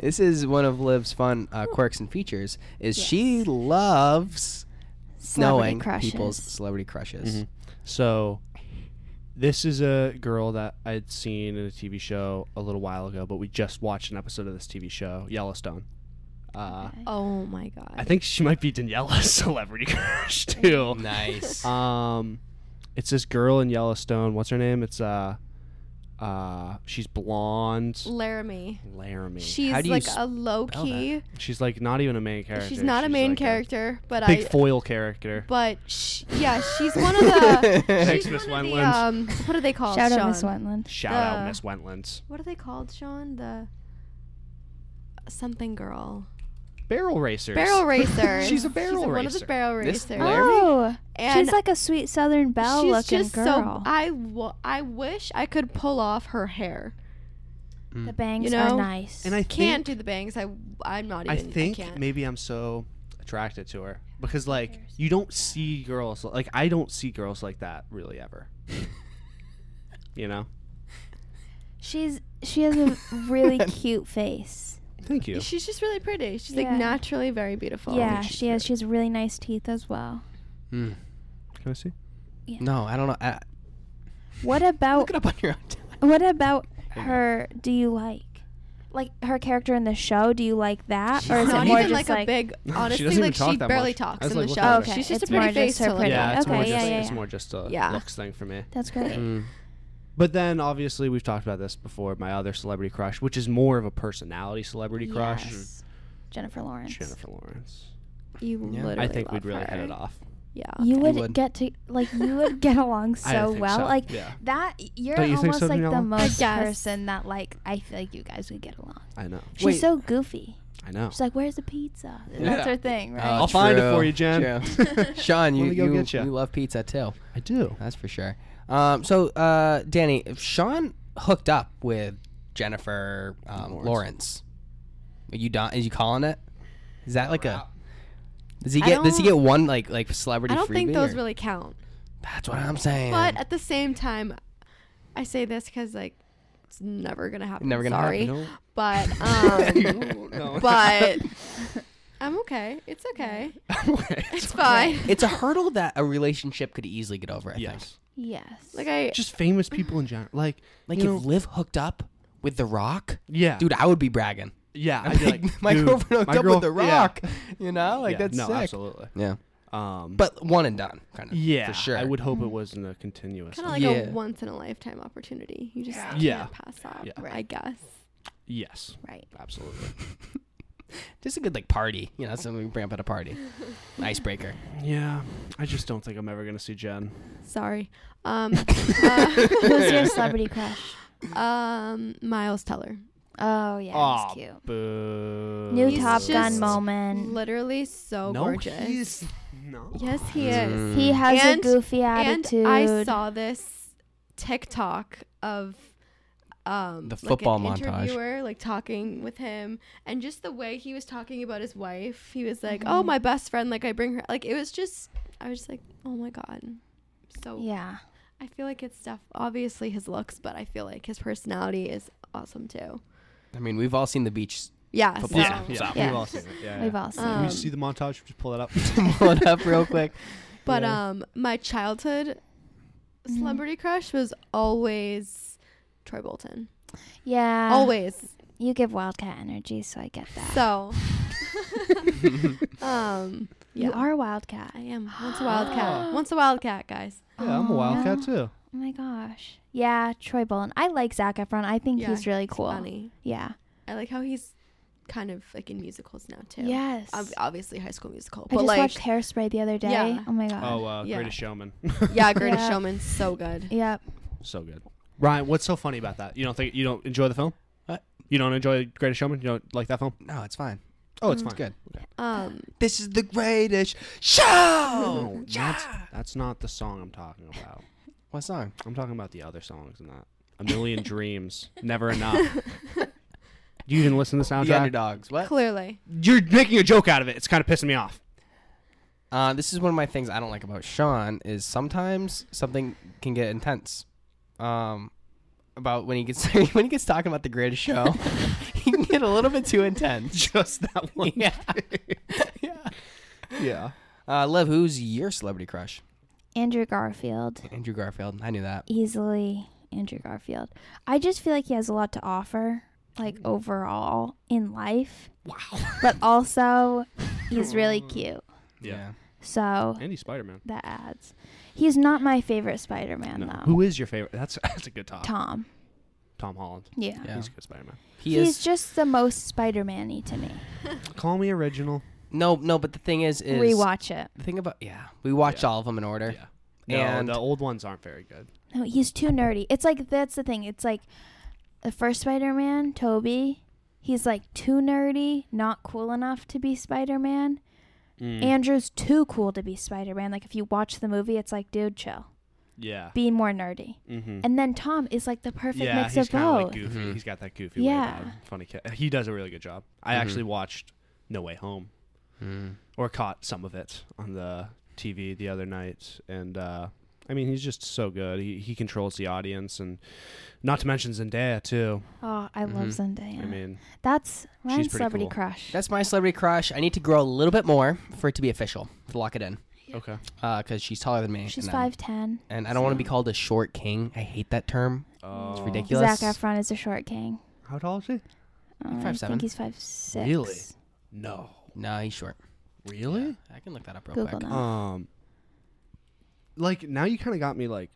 this is one of liv's fun uh, quirks and features is she loves
Celebrity
knowing
crushes.
people's celebrity crushes
Mhm. So, this is a girl that I'd seen in a TV show a little while ago, but we just watched an episode of this TV show, Yellowstone. Uh,
Okay.
oh my god.
I think she might be Daniela's celebrity crush too.
Mm-hmm. Nice.
Um, it's this girl in Yellowstone. What's her name? It's uh, uh, she's blonde.
Laramie.
Laramie.
She's
How do you
like
spell
a low key.
she's like not even a main character.
She's not a main
like
character, but
big
I
foil character.
but sh- yeah, she's one of the
Thanks,
she's
Miss
one of the,
Wendlands.
um, what are they called?
Shout
Sean?
out Miss Wentland.
Shout out
the-
Miss Wentlands.
What are they called, Sean? The something girl.
Barrel racers.
Barrel racer.
She's a barrel
One of the
racer.
barrel
This
racers.
Lair- Laramie?
Oh,
And
she's like a sweet Southern belle
she's
looking
just so.
girl.
I, w- I wish I could pull off her hair.
the bangs
you know,
are nice.
and I
Can't
think
do the bangs. I I'm not even.
I think
can't.
maybe I'm so attracted to her because like you don't see girls like I don't see girls like that really ever. you know.
She's she has a really cute face.
Thank you.
She's just really pretty. She's
Yeah.
like naturally very beautiful.
yeah,
she's
she has.
good.
She has really nice teeth as well.
Mm.
Can I see?
No, I don't know. I,
What about
look it up on your own time.
what about
Hang on.
her? Do you like like her character in the show? Do you like that,
She's
or is
not
it more
even
just
like, a big.
She
Honestly,
doesn't even
like
talk
she
that
barely
much. I
talks
was
in
like,
the
look
show.
at her.
Okay,
She's just
it's
a pretty
more
face
just her
to look
pretty.
at.
Yeah, it's
Okay,
more
yeah,
just
yeah,
it's
yeah.
more just a
Yeah.
looks thing for me.
That's great.
Mm.
But then obviously we've talked about this before. My other celebrity crush, which is more of a personality celebrity crush,
Yes. Jennifer Lawrence.
Jennifer Lawrence.
You
Yeah. I
literally.
I think we'd
love
really
her.
hit it off.
Yeah.
You would,
would.
get to like you would get along
I
so
think
well.
so,
Like
yeah.
that, you're
Don't you think
almost
so,
like the
Daniela?
I
most
guess.
person that like I feel like you guys would get along.
I know.
She's
Wait.
so goofy.
I know.
She's like, "Where's the pizza?"
Yeah.
That's her thing, right?
Oh,
I'll find it
true,
for you, Jen.
true. Sean, you
Let me go
you,
get ya.
you love pizza too.
I do.
That's for sure. Um, so, uh, Danny, if Sean hooked up with Jennifer um, Lawrence.
Lawrence.
Are you done? Is you calling it? Is that like a? Does he
I
get? Does he
don't-
get one like like celebrity?
I don't think
freebie,
those
or-
really count.
That's what I'm saying.
But at the same time, I say this because like it's never gonna happen.
Never gonna
Sorry.
happen.
But um,
no.
but I'm okay. It's okay. It's fine.
it's a hurdle that a relationship could easily get over. I think.
Yes.
yes.
Like I.
Just famous people in general. Like,
Like
you know-
if Liv hooked up with The Rock,
yeah,
dude, I would be bragging.
yeah.
i
I'd be
like,
like,
my
dude,
girlfriend hooked
my
up
girl-
with The
yeah,
Rock. You know, like
yeah,
that's
no,
sick.
absolutely.
Yeah,
Um,
but one and done, kind of.
yeah,
for sure. Mm.
I would hope it wasn't a continuous.
Kind of like
Yeah.
a once in a lifetime opportunity. You just can't
Yeah.
pass up.
Yeah.
I guess.
yes,
right.
absolutely.
Just a good like party, you know, something we bring up at a party. An icebreaker.
Yeah, I just don't think I'm ever gonna see Jen.
Sorry. Um, uh,
Who's your celebrity crush?
um, Miles Teller.
Oh yeah,
Aw,
that's cute.
boo.
New
He's
Top Gun
just-
moment.
Literally so
no,
gorgeous.
he's no.
yes, he is.
Mm.
he has
And-
a goofy attitude.
And I saw this TikTok of um
The
like an
football montage.
interviewer like talking with him and just the way he was talking about his wife. He was like,
Mm-hmm.
"Oh, my best friend, like I bring her." Like it was just I was just like, "Oh my god." So
Yeah.
I feel like it's def- obviously his looks, but I feel like his personality is awesome too.
I mean, we've all seen the beach.
Yeah. So,
Football.
Yeah,
So-
yeah,
so-
we've all seen it. Yeah,
We've
yeah.
all seen.
Um,
Can we see the montage? Just pull that up.
Pull it up real quick.
But
Yeah.
um my childhood celebrity crush was always Troy Bolton. Ah.
yeah.
always.
You give wildcat energy, so I get that.
So, um,
You
yeah,
are a wildcat.
I am once a wildcat. Once a wildcat, guys.
Oh,
yeah, I'm a wildcat
Aw.
too.
Oh my gosh. Yeah, Troy Bolton. I like Zach Efron. I think
Yeah,
he's really cool.
Funny.
Yeah.
I like how he's kind of like in musicals now too.
Yes.
Ob- obviously High School Musical,
I
but
just
like,
watched Hairspray the other day.
Yeah.
Oh my god.
Oh, uh,
Yeah.
Greatest Showman.
yeah, Greatest
Yeah.
Showman, so good.
Yep.
so good. Ryan, what's so funny about that? You don't think you don't enjoy the film?
What?
You don't enjoy Greatest Showman? You don't like that film?
No, it's fine.
Oh, it's fine.
Good.
Um,
This is the greatest show.
No, that's that's not the song I'm talking about.
What song?
I'm talking about the other songs in that. A Million Dreams, Never Enough. Do you even listen to the
The
soundtrack?
Underdogs. What?
clearly,
You're making a joke out of it. It's kind of pissing me off.
Uh, this is one of my things I don't like about Sean is sometimes something can get intense. Um, about when he gets when he gets talking about the greatest show, he can get a little bit too intense.
Just that one.
yeah. yeah.
Yeah.
Uh, Lev, who's your celebrity crush?
Andrew Garfield.
Andrew Garfield. I knew that.
Easily Andrew Garfield. I just feel like he has a lot to offer, like overall in life.
Wow.
But also he's really cute.
Yeah.
So
Andy Spider Man.
that adds. He's not my favorite Spider Man though.
Who is your favorite? That's that's a good top. Tom,
Tom.
Holland.
Yeah.
Yeah.
He's a good Spider Man.
He
He's
is
just the most Spider Man y to me.
Call me original.
no, no. But the thing is, is
Rewatch it.
the thing about yeah, we watched
Yeah.
all of them in order.
Yeah. No,
And-
the old ones aren't very good.
No, he's too nerdy. It's like that's the thing. It's like the first Spider-Man, Toby. He's like too nerdy, not cool enough to be Spider-Man.
Mm.
Andrew's too cool to be Spider-Man. Like if you watch the movie, it's like, dude, chill.
yeah.
Be more nerdy.
Mm-hmm.
And then Tom is like the perfect
yeah,
mix
he's
of
kinda
both.
like goofy.
Mhm.
He's got that goofy
Yeah.
way about him. funny kid. He does a really good job. I
Mhm.
actually watched No Way Home
Mm.
or caught some of it on the TV the other night. And uh, I mean, he's just so good. He he controls the audience, and not to mention Zendaya too.
Oh, I love Zendaya.
I mean,
That's Ryan's
pretty
celebrity
cool.
crush.
That's my celebrity crush. I need to grow a little bit more for it to be official to lock it in
okay.
because Uh, she's taller than me.
She's
and I'm-
five ten.
and I don't want to be called a short king. I hate that term.
It's
ridiculous.
Zach
Ridiculous.
Efron is a short king.
How tall is he?
Uh,
Like
I
5'7"?
think he's five six.
Really? No,
No, he's short.
really.
I can look that up real
Google
quick.
now.
Um, like now you kind of got me. Like,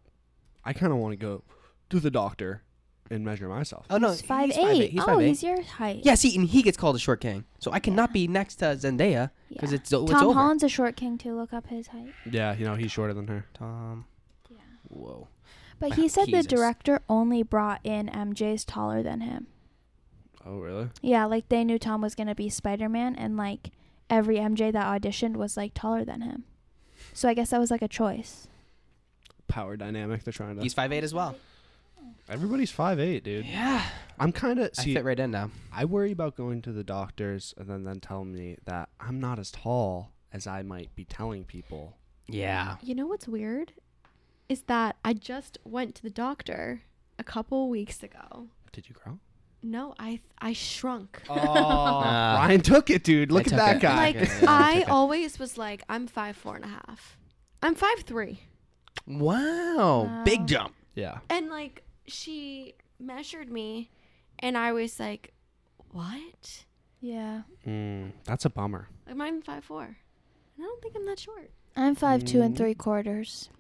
I kind of want to go to the doctor and measure myself.
Oh no,
he's five eight.
eight. He's
oh,
five eight.
he's your height.
yeah, see, and he gets called a short king, so I cannot be next to Zendaya because
Yeah.
it's, it's
Tom
over.
Holland's a short king too. Look up his height.
Yeah, you know he's shorter than her.
Tom.
Yeah.
Whoa.
But he said
Jesus.
the director only brought in MJ's taller than him.
Oh really?
Yeah, like they knew Tom was gonna be Spider Man, and like every MJ that auditioned was like taller than him. So I guess that was like a choice.
Power dynamic. They're trying to.
He's five eight as well.
Everybody's five eight, dude.
Yeah.
I'm kind of
I
see.
fit right in now.
I worry about going to the doctors and then then telling me that I'm not as tall as I might be telling people.
Yeah.
You know what's weird? Is that I just went to the doctor a couple weeks ago.
Did you grow?
No, I I shrunk.
Oh, Ryan took it, dude. Look at
took
that
it.
guy.
like
okay, yeah, I
I
took it.
always was like I'm five four and a half. I'm five three.
Wow. Big
Wow.
jump.
yeah.
And like she measured me and I was like, What?
Yeah,
Mm, that's a bummer.
Like I'm five four. And I don't think I'm that short.
I'm five two and
Mm.
three quarters.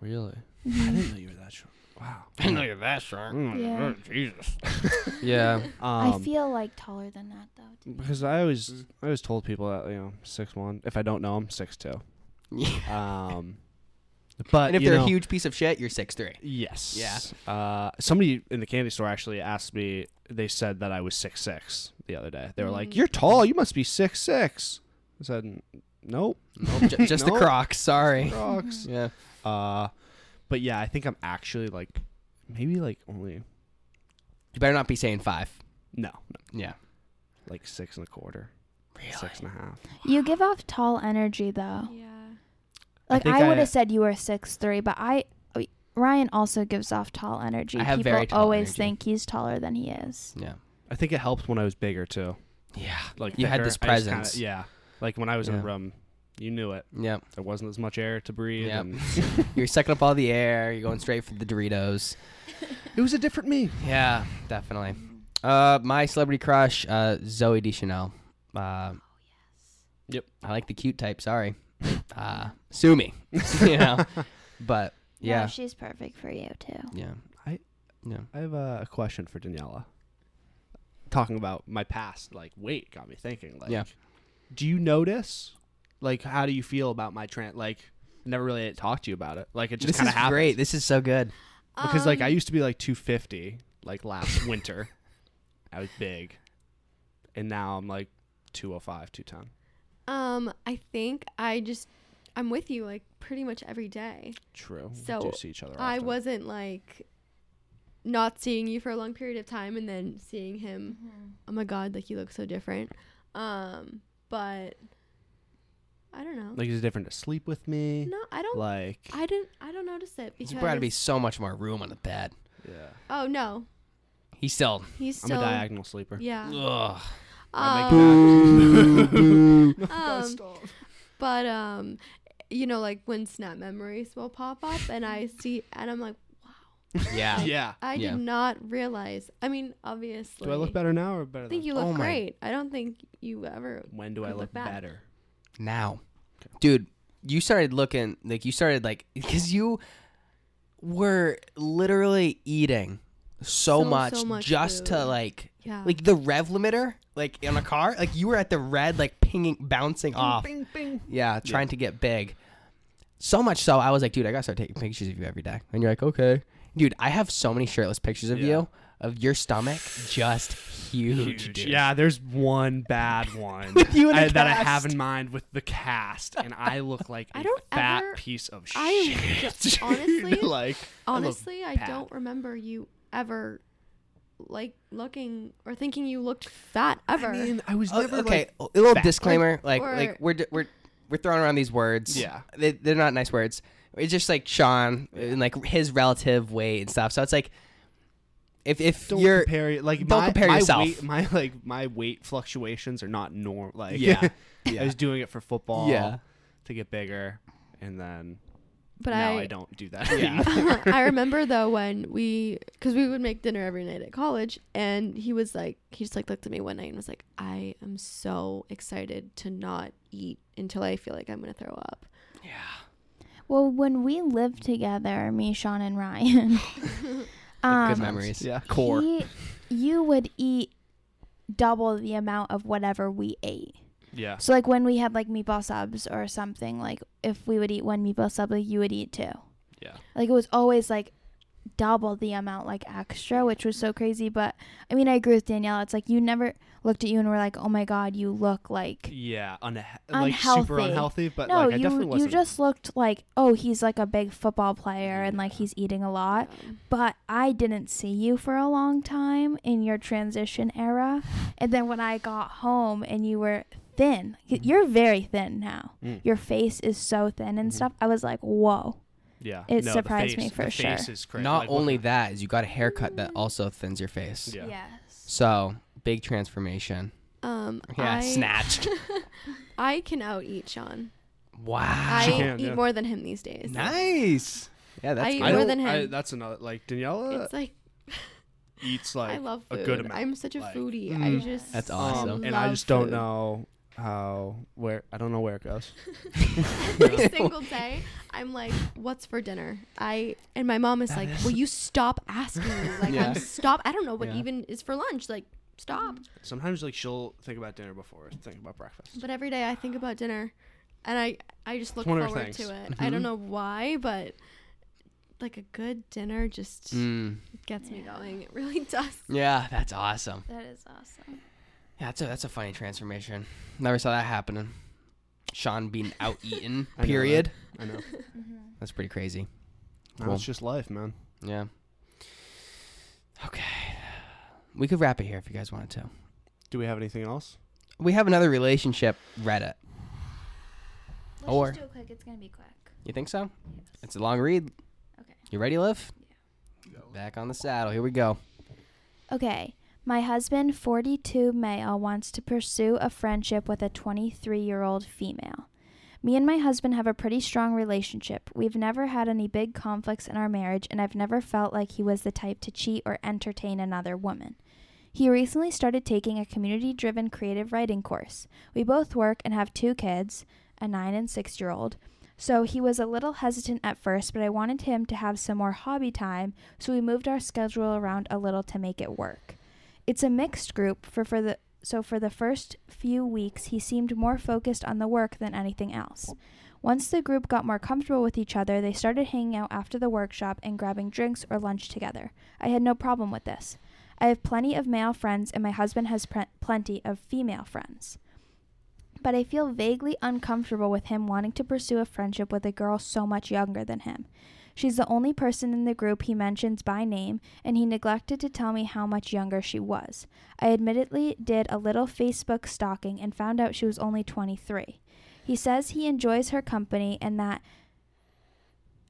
Really? I
Mm-hmm.
didn't know you were that short. Wow.
I know mm, you're that short.
Yeah,
Jesus. yeah.
I
Um,
feel like taller than that though. Dude.
because I always, I always told people that you know six one. If I don't know, I'm six two. Um, but
and if
you
they're
know-
a huge piece of shit, you're six three.
Yes. Yeah. Uh, somebody in the candy store actually asked me. They said that I was six six the other day. They were
Mm.
like, "You're tall. You must be six six. I said, "N- "Nope,
Nope, ju- just
No.
the Crocs. Sorry.
rocks."
Yeah.
uh, but yeah, I think I'm actually like maybe like only
You better not be saying five.
no, no
Yeah.
like six and a quarter, six and a half.
Mm-hmm. You give off tall energy
Oh.
though.
Yeah.
I
Like
think
I,
I-
would have said you were six three, but I Ryan also gives off tall energy.
I have
People
very tall
always
energy.
think he's taller than he is.
Yeah.
I think it helped when I was bigger too.
Yeah.
Like
You had
thicker,
this
I just kinda-
presence.
yeah, like when I was in a
Yeah.
room, you knew it.
Yeah.
There wasn't as much air to breathe.
Yep.
and-
You're sucking up all the air. You're going straight for the Doritos.
it was a different me.
Yeah, definitely.
Oh,
Uh, my celebrity crush, uh, Zoe Deschanel. Uh,
Yep.
I like the cute type. Sorry. Uh, sue me. you know. But yeah,
she's perfect for you too.
yeah.
I-
yeah.
I have a, a question for Daniela. Talking about my past, like weight got me thinking. Like,
Yeah.
do you notice? Like, how do you feel about my trend? Like, never really talked to you about it. Like, it just
This
kind
is
of happened.
great. This is so good.
because like I
Um,
used to be like 250. Like last winter, I was big, and now I'm like 205, 210.
Um, I think I just I'm with you like pretty much every day.
True. we
So,
do see each other.
I
often.
wasn't like not seeing you for a long period of time and then seeing him.
Mm-hmm.
Oh my god, like you look so different. Um, but I don't know.
like, it's different to sleep with me.
no, I don't.
Like,
I didn't. I don't notice it
There's
because.
got to be so much more room on the bed.
yeah,
Oh no,
He's still.
he's
I'm
still.
a diagonal sleeper.
Yeah.
Ugh.
I make
Um,
that-
um, but um, you know, like when snap memories will pop up and I see and I'm like,
Yeah.
yeah.
I
Yeah.
did not realize. I I mean, obviously.
Do I look better now or better?
I think
then?
you look
Oh my-
great. I don't think you ever.
when do I
could
look,
look back.
better?
Now, dude, you started looking like you started like because you were literally eating so,
So,
much,
so much
just to
food.
like
Yeah.
like the rev limiter like in a car like you were at the red like pinging bouncing off
Bing, bing.
yeah trying to get big so much so i was like dude i gotta start taking pictures of you every day and you're like okay dude i have so many shirtless pictures of
Yeah.
you of your stomach just huge, dude.
Yeah, there's one bad one
you in a
I- that I have
cast.
in mind with the cast, and I look like a
I don't
fat
ever-
piece of
I
shit.
ju- honestly-
like I look
Honestly, I
bad.
don't remember you ever like looking or thinking you looked fat ever.
I mean, I was
Oh,
never
okay,
like
a little
fat.
disclaimer. Like,
or-
like we're d- we're we're throwing around these words.
Yeah.
they, they're not nice words. It's just like Sean and like his relative weight and stuff. So it's like, if if
don't
you're
compare it- like
don't
my,
compare
my
yourself.
Weight, my like my weight fluctuations are not normal. Like
Yeah.
I was doing it for football.
Yeah.
to get bigger, and then
but
now I,
I
don't do that.
Yeah.
anymore.
I remember though when we, because we would make dinner every night at college, and he was like, he just like looked at me one night and was like, I am so excited to not eat until I feel like I'm gonna throw up.
Well, when we lived together, me, Sean, and Ryan,
good
um,
memories.
yeah,
he- you would eat double the amount of whatever we ate.
Yeah,
So, like when we had like meatball subs or something, like if we would eat one meatball sub, like you would eat two.
yeah.
Like it was always like double the amount, like extra, which was so crazy. But I mean, I agree with Danielle. It's like you never looked at you and were like, oh my God, you look like.
Yeah, unha- like super
Unhealthy.
unhealthy, but
no,
like I definitely
you you
wasn't.
just looked like oh he's like a big football player and like he's eating a lot, but I didn't see you for a long time in your transition era, and then when I got home and you were thin, Y- you're very thin now.
Mm.
Your face is so thin and stuff. I was like, whoa,
yeah,
it
no, the
surprised
face-
me for
the
sure.
Face is crazy.
Not
Like,
only
look-
that is you got a haircut that also thins your face.
Yeah.
yes,
So big transformation.
Um,
Yeah,
I,
snatched.
I can out eat Sean.
Wow.
I
can,
eat
yeah.
more than him these days.
nice. Yeah, that's
I-
good.
I
more
don't-
than him.
I- that's another like Daniela
It's like
eats like
I love
a
food.
good amount.
I'm such a
like-
foodie. I
Mm.
just
That's
Um,
awesome.
and I
love
just don't
food.
know how where I don't know where it goes.
every single day i'm like what's for dinner i and my mom is like will you stop asking me like
Yeah.
i'm stop i don't know what
Yeah.
even is for lunch like stop
Sometimes like she'll think about dinner before thinking about breakfast.
but every day i think about dinner and i i just look
one of her
forward to it
things.
i don't know why but like a good dinner just
Mm.
gets me going it really does
Yeah, that's awesome.
that is awesome.
Yeah, that's a that's a funny transformation. Never saw that happening. Sean being out eaten.
I know,
period.
I know.
Mm-hmm.
That's pretty crazy. Cool.
That's just life, man.
Yeah. Okay. We could wrap it here if you guys wanted to.
Do we have anything else?
We have another relationship Reddit.
Let's
Or-
do it quick. It's gonna be quick.
You think so? It's a long read.
Okay.
You ready, Liv? Back on the saddle. Here we go.
Okay. My husband, 42 male, wants to pursue a friendship with a 23 year old female. Me and my husband have a pretty strong relationship. We've never had any big conflicts in our marriage, and I've never felt like he was the type to cheat or entertain another woman. He recently started taking a community driven creative writing course. We both work and have two kids, a nine and six year old. So he was a little hesitant at first, but I wanted him to have some more hobby time, so we moved our schedule around a little to make it work. It's a mixed group for, for the so for the first few weeks he seemed more focused on the work than anything else. Once the group got more comfortable with each other, they started hanging out after the workshop and grabbing drinks or lunch together. I had no problem with this. I have plenty of male friends and my husband has pre- plenty of female friends but I feel vaguely uncomfortable with him wanting to pursue a friendship with a girl so much younger than him. She's the only person in the group he mentions by name, and he neglected to tell me how much younger she was. I admittedly did a little Facebook stalking and found out she was only 23. He says he enjoys her company and that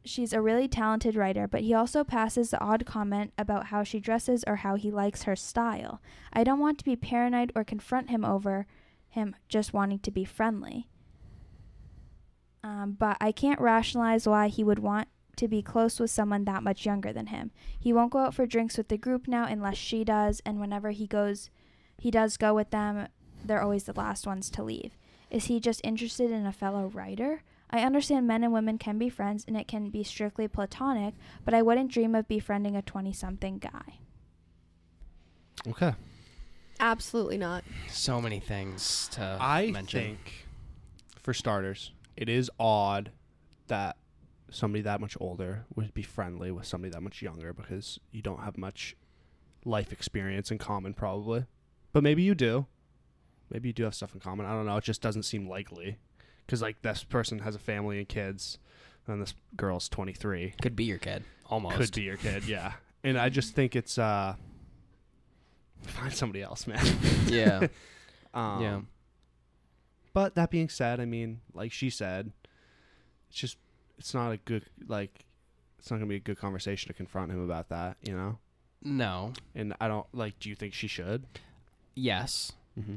she's a really talented writer, but he also passes the odd comment about how she dresses or how he likes her style. I don't want to be paranoid or confront him over him just wanting to be friendly. Um, but I can't rationalize why he would want to be close with someone that much younger than him. He won't go out for drinks with the group now unless she does, and whenever he goes, he does go with them, they're always the last ones to leave. Is he just interested in a fellow writer? I understand men and women can be friends and it can be strictly platonic, but I wouldn't dream of befriending a 20 something guy.
Okay.
absolutely not
So many things to
I
Uh, mention.
think, for starters, it is odd that somebody that much older would be friendly with somebody that much younger because you don't have much life experience in common, probably. But maybe you do. Maybe you do have stuff in common. I don't know. It just doesn't seem likely because, like, this person has a family and kids, and this girl's 23.
Could be your kid. Almost.
Could be your kid, yeah. And I just think it's uh Find somebody else, man.
Yeah.
Um,
yeah.
But that being said, I mean, like she said, it's just it's not a good like it's not gonna be a good conversation to confront him about that, you know.
No.
And I don't like. Do you think she should?
Yes.
Mm-hmm.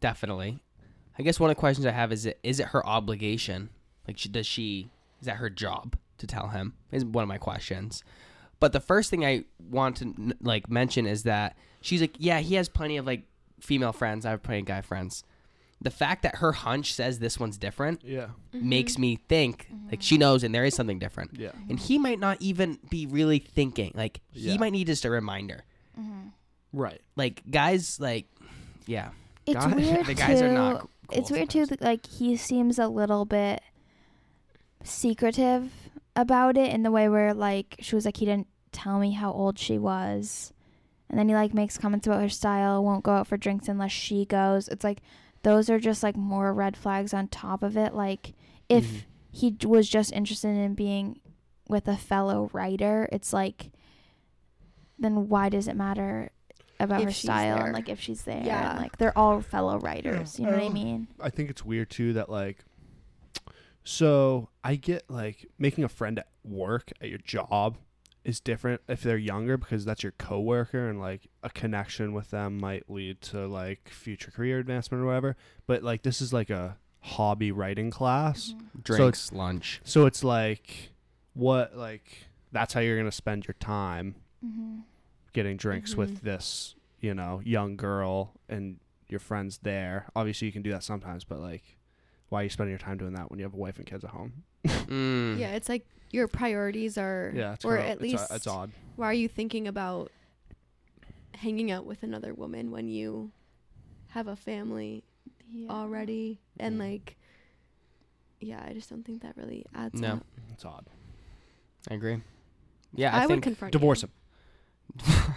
Definitely. I guess one of the questions I have is: it, Is it her obligation? Like, she, does she? Is that her job to tell him? Is one of my questions. But the first thing I want to n- like mention is that she's like, yeah, he has plenty of like female friends. I have plenty of guy friends. The fact that her hunch says this one's different
Yeah,
Mm-hmm.
Mm-hmm.
makes me think like she knows and there is something different.
yeah,
And he might not even be really thinking. Like he
Yeah.
might need just a reminder.
right.
Like guys, like yeah,
It's
Guy-
weird
the guys
too.
are not. cool
it's weird too. that, Like he seems a little bit secretive about it in the way where like she was like he didn't tell me how old she was, and then he like makes comments about her style, won't go out for drinks unless she goes. It's like those are just like more red flags on top of it. Like if
Mhm.
he d- was just interested in being with a fellow writer, it's like then why does it matter? About
If
her
she's
style
there.
and like if she's there, and,
Yeah.
like they're all fellow writers. You know what I
Oh.
mean?
I think it's weird too that like. So I get like making a friend at work at your job is different if they're younger because that's your coworker and like a connection with them might lead to like future career advancement or whatever. But like this is like a hobby writing class.
Mm-hmm.
Mm-hmm.
drinks, lunch.
So it's like what like that's how you're gonna spend your time
Mm-hmm.
getting drinks with
Mhm.
this, you know, young girl and your friends there. Obviously you can do that sometimes, but like why are you spending your time doing that when you have a wife and kids at home?
Mm.
Yeah, it's like your priorities are,
Yeah, it's
or
kinda-
at least,
it's, o- it's odd.
why are you thinking about hanging out with another woman when you have a family already? And
Mhm.
Mm-hmm.
like, yeah, I just don't think that really adds
No.
up.
It's odd.
I agree. Yeah, I,
I, would
think.
confront
Divorce
you.
him.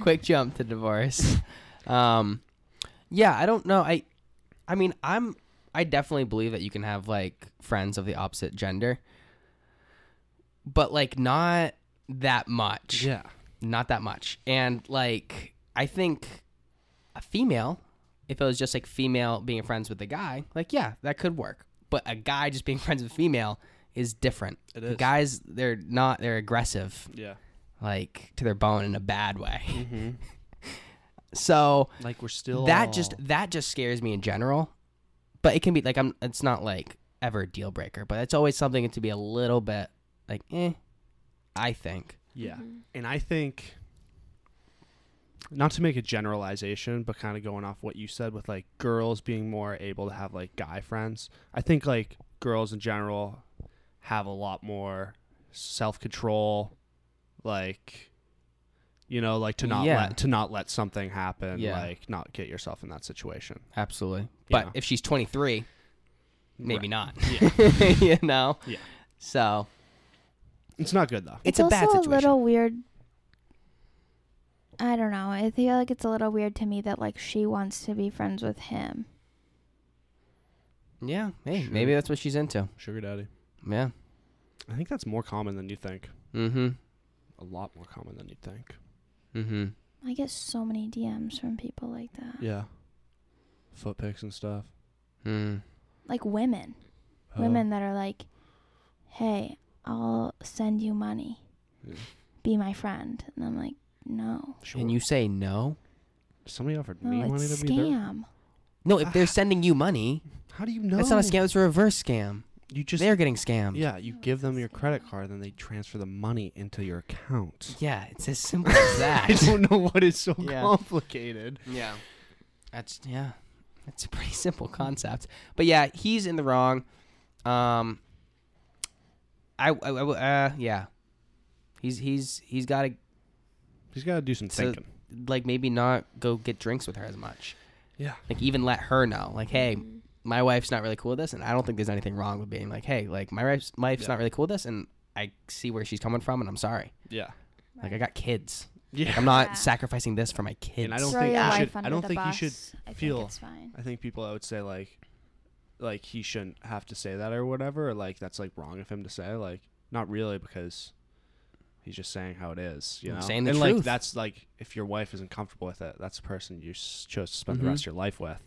quick jump to divorce. Um, yeah, I don't know. I, I mean, I'm. I definitely believe that you can have like friends of the opposite gender, but like not that much.
Yeah.
Not that much. And like, I think a female, if it was just like female being friends with a guy, like yeah, that could work. But a guy just being friends with a female is different.
It
Guys, they're not. They're aggressive,
Yeah.
like to their bone in a bad way.
Mm-hmm.
So
Like we're still
that just that just scares me in general. But it can be like I'm. It's not like ever a deal breaker, but it's always something to be a little bit like eh. I think.
Yeah.
Mhm.
And I think not to make a generalization, but kind of going off what you said with like girls being more able to have like guy friends. I think like girls in general have a lot more self control, like you know, like to not
Yeah.
let to not let something happen,
Yeah.
like not get yourself in that situation.
Absolutely. But
Yeah.
if she's 23, maybe
Right.
not.
Yeah.
you know.
Yeah.
So
It's not good though.
it's, a
also
bad situation.
a little weird. I don't know. I feel like it's a little weird to me that like she wants to be friends with him.
yeah. Hey,
Sure.
maybe that's what she's into.
Sugar daddy.
Yeah.
I think that's more common than you think.
Mm-hmm.
A lot more common than you think.
Mm-hmm.
I get so many DMs from people like that.
Yeah. Foot pics and stuff.
Mm.
Like women,
Oh.
women that are like, "Hey, I'll send you money.
Yeah.
Be my friend." And I'm like, "No,
And you say no?
Somebody offered me
no,
money
it's
to
a
be there.
scam."
No, if
Ah.
they're sending you money,
How do you know?
that's not a scam. It's a reverse scam.
You just
they're getting scammed.
yeah. You
No,
give
it's a
them your
scam.
credit card, then they transfer the money into your account.
Yeah, it's as simple as that.
I don't know what is so
Yeah.
complicated.
Yeah. That's yeah. That's a pretty simple concept. But yeah, he's in the wrong. Um I, I, I uh yeah. He's he's he's got to
He's got to do some
So-
thinking.
like maybe not go get drinks with her as much.
Yeah.
Like even let her know like hey,
Mhm.
my wife's not really cool with this and I don't think there's anything wrong with being like hey, like my wife's, wife's
Yeah.
not really cool with this and I see where she's coming from and I'm sorry.
Yeah.
Like I got kids.
Yeah.
I'm not
Yeah.
sacrificing this for my kids.
I don't
Throw
think
your
you
wife
should- I
under
don't
the
think you
bus.
should
I think
feel-
it's fine.
I think people I would say like, like he shouldn't have to say that or whatever. Or like that's like wrong of him to say. Like not really because He's just saying how it is, you know.
Saying the
and like
truth.
that's like if your wife isn't comfortable with it, that's the person you s- chose to spend
Mhm.
the rest of your life with.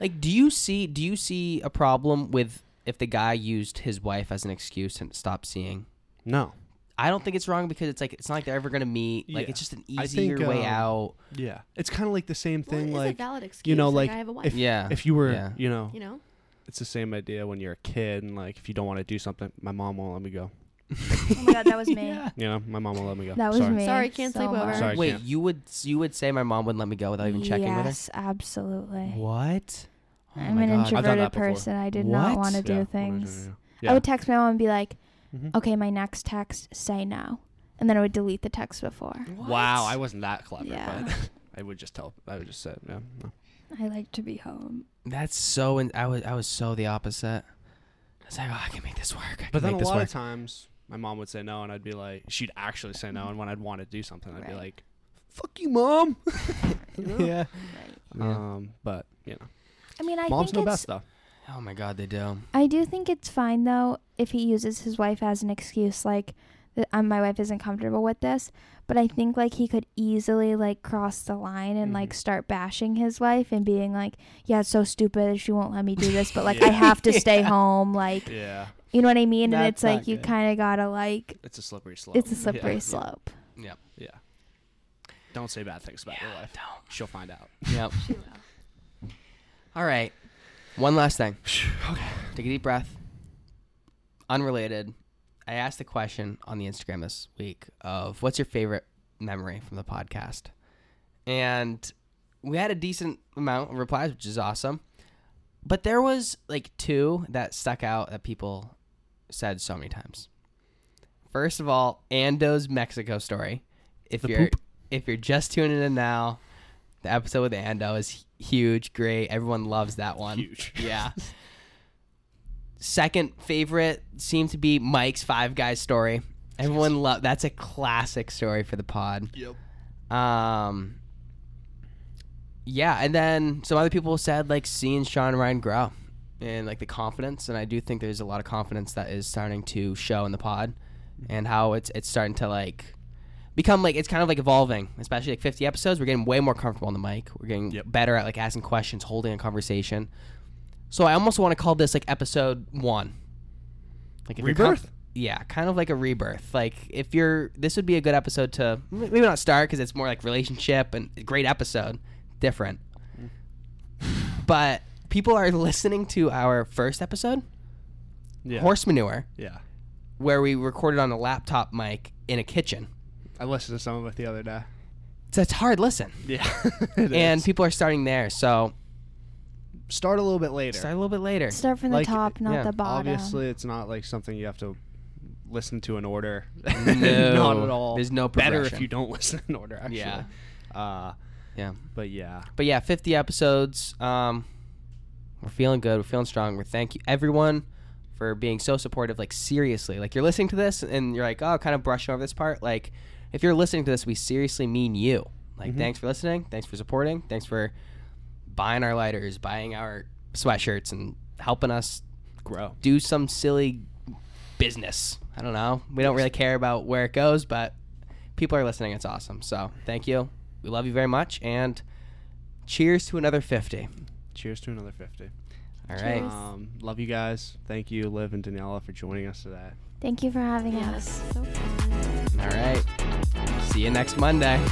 Like, do you see do you see a problem with if the guy used his wife as an excuse and stopped seeing?
No.
I don't think it's wrong because it's like it's not like they're ever gonna meet. Like
Yeah.
it's just an
I
easier
think,
way
um,
out.
Yeah. It's kind of like the same
Well,
thing
it is a
like
valid excuse.
you know, like,
I have a wife.
if-
Yeah.
if you were,
Yeah.
you know,
you know,
it's the same idea when you're a kid and like if you don't want to do something, my mom won't let me go.
Oh my god, that was me.
Yeah.
You know, my mom won't let me go.
That was
Sorry.
me.
Sorry, can't
so
sleep over.
much.
Sorry. I
Wait,
can't.
you would you would say my mom wouldn't let me go without even checking with
yes, absolutely.
her? What? Oh
I'm
my
an
God.
I've done
introverted
that before.
person. I did
What?
not want to do
Yeah,
things.
Yeah.
I would text my mom and be like,
Mhm.
"Okay, my next text, say no," and then I would delete the text before.
Wow, I wasn't that clever,
Yeah.
but I would just tell. I would just say, yeah, no.
I like to be home.
That's so. And I was I was so the opposite. I was like, oh, I can make this work. I can
But then
make
a
this
lot
work.
of times, my mom would say no, and I'd be like, she'd actually say no, and when I'd want to do something, I'd be
Mm-hmm. Right.
like, "Fuck you, mom."
yeah.
Um, but you know,
I mean, I
moms
think
know
it's.
best though.
Oh my God, they do.
I do think it's fine though if he uses his wife as an excuse, like that um, my wife isn't comfortable with this. But I think like he could easily like cross the line and like
Mhm.
start bashing his wife and being like, "Yeah, it's so stupid. She won't let me do this, but like I have to stay
Yeah.
home." Like
Yeah,
you know what I mean? and
That's
it's like
not
you
good.
kind of gotta like
it's a slippery slope.
it's a slippery
Yeah.
slope.
Yeah. Don't say bad things about your wife. She'll find out.
Yep.
she will.
All right. One last thing. Take a deep breath. Unrelated. I asked a question on the Instagram this week of what's your favorite memory from the podcast? And we had a decent amount of replies, which is awesome. But there was like two that stuck out that people said so many times. First of all, Ando's Mexico story. If
The
you're
poop.
if you're just tuning in now, the episode with Ando is hu- huge, great. Everyone loves that one.
Huge.
Yeah. Second favorite seemed to be Mike's Five Guys story. Everyone love that's a classic story for the pod.
Yep.
Um Yeah, and then some other people said like seeing Sean Ryan grow and like the confidence and I do think there's a lot of confidence that is starting to show in the pod and how it's it's starting to like become like it's kind of like evolving, especially like 50 episodes. We're getting way more comfortable on the mic. We're getting
Yep.
better at like asking questions, holding a conversation. So I almost want to call this like episode one, like if you're com-
Rebirth?
yeah, kind of like a rebirth. Like if you're, this would be a good episode to m- maybe not start because it's more like relationship and a great episode, different.
Mm.
but people are listening to our first episode,
Yeah.
horse manure,
Yeah.
where we recorded on a laptop mic in a kitchen.
I listened to some of it the other day.
So it's a hard listen.
Yeah.
and people are starting there. So
start a little bit later.
start a little bit later.
Start from
Like,
the top, not
yeah,
the bottom.
Obviously, it's not like something you have to listen to in order.
No.
not at all.
There's no
better if
progression.
you don't listen in order. Actually.
Yeah.
Uh,
Yeah.
but yeah,
But yeah, 50 episodes. Um, we're feeling good. We're feeling strong. We're thank you everyone for being so supportive. Like seriously, like you're listening to this and you're like, oh, kind of brushing over this part. Like, if you're listening to this, we seriously mean you. Like,
Mhm.
thanks for listening. Thanks for supporting. Thanks for buying our lighters, buying our sweatshirts, and helping us
grow.
do some silly business. I don't know. We don't really care about where it goes, but people are listening. It's awesome. So thank you. We love you very much. And cheers to another 50.
Cheers to another fifty.
All right.
Cheers.
Um, love you guys. Thank you, Liv and Daniela, for joining us today.
Thank you for having
Yeah,
us.
that's so fun.
All right. See you next Monday.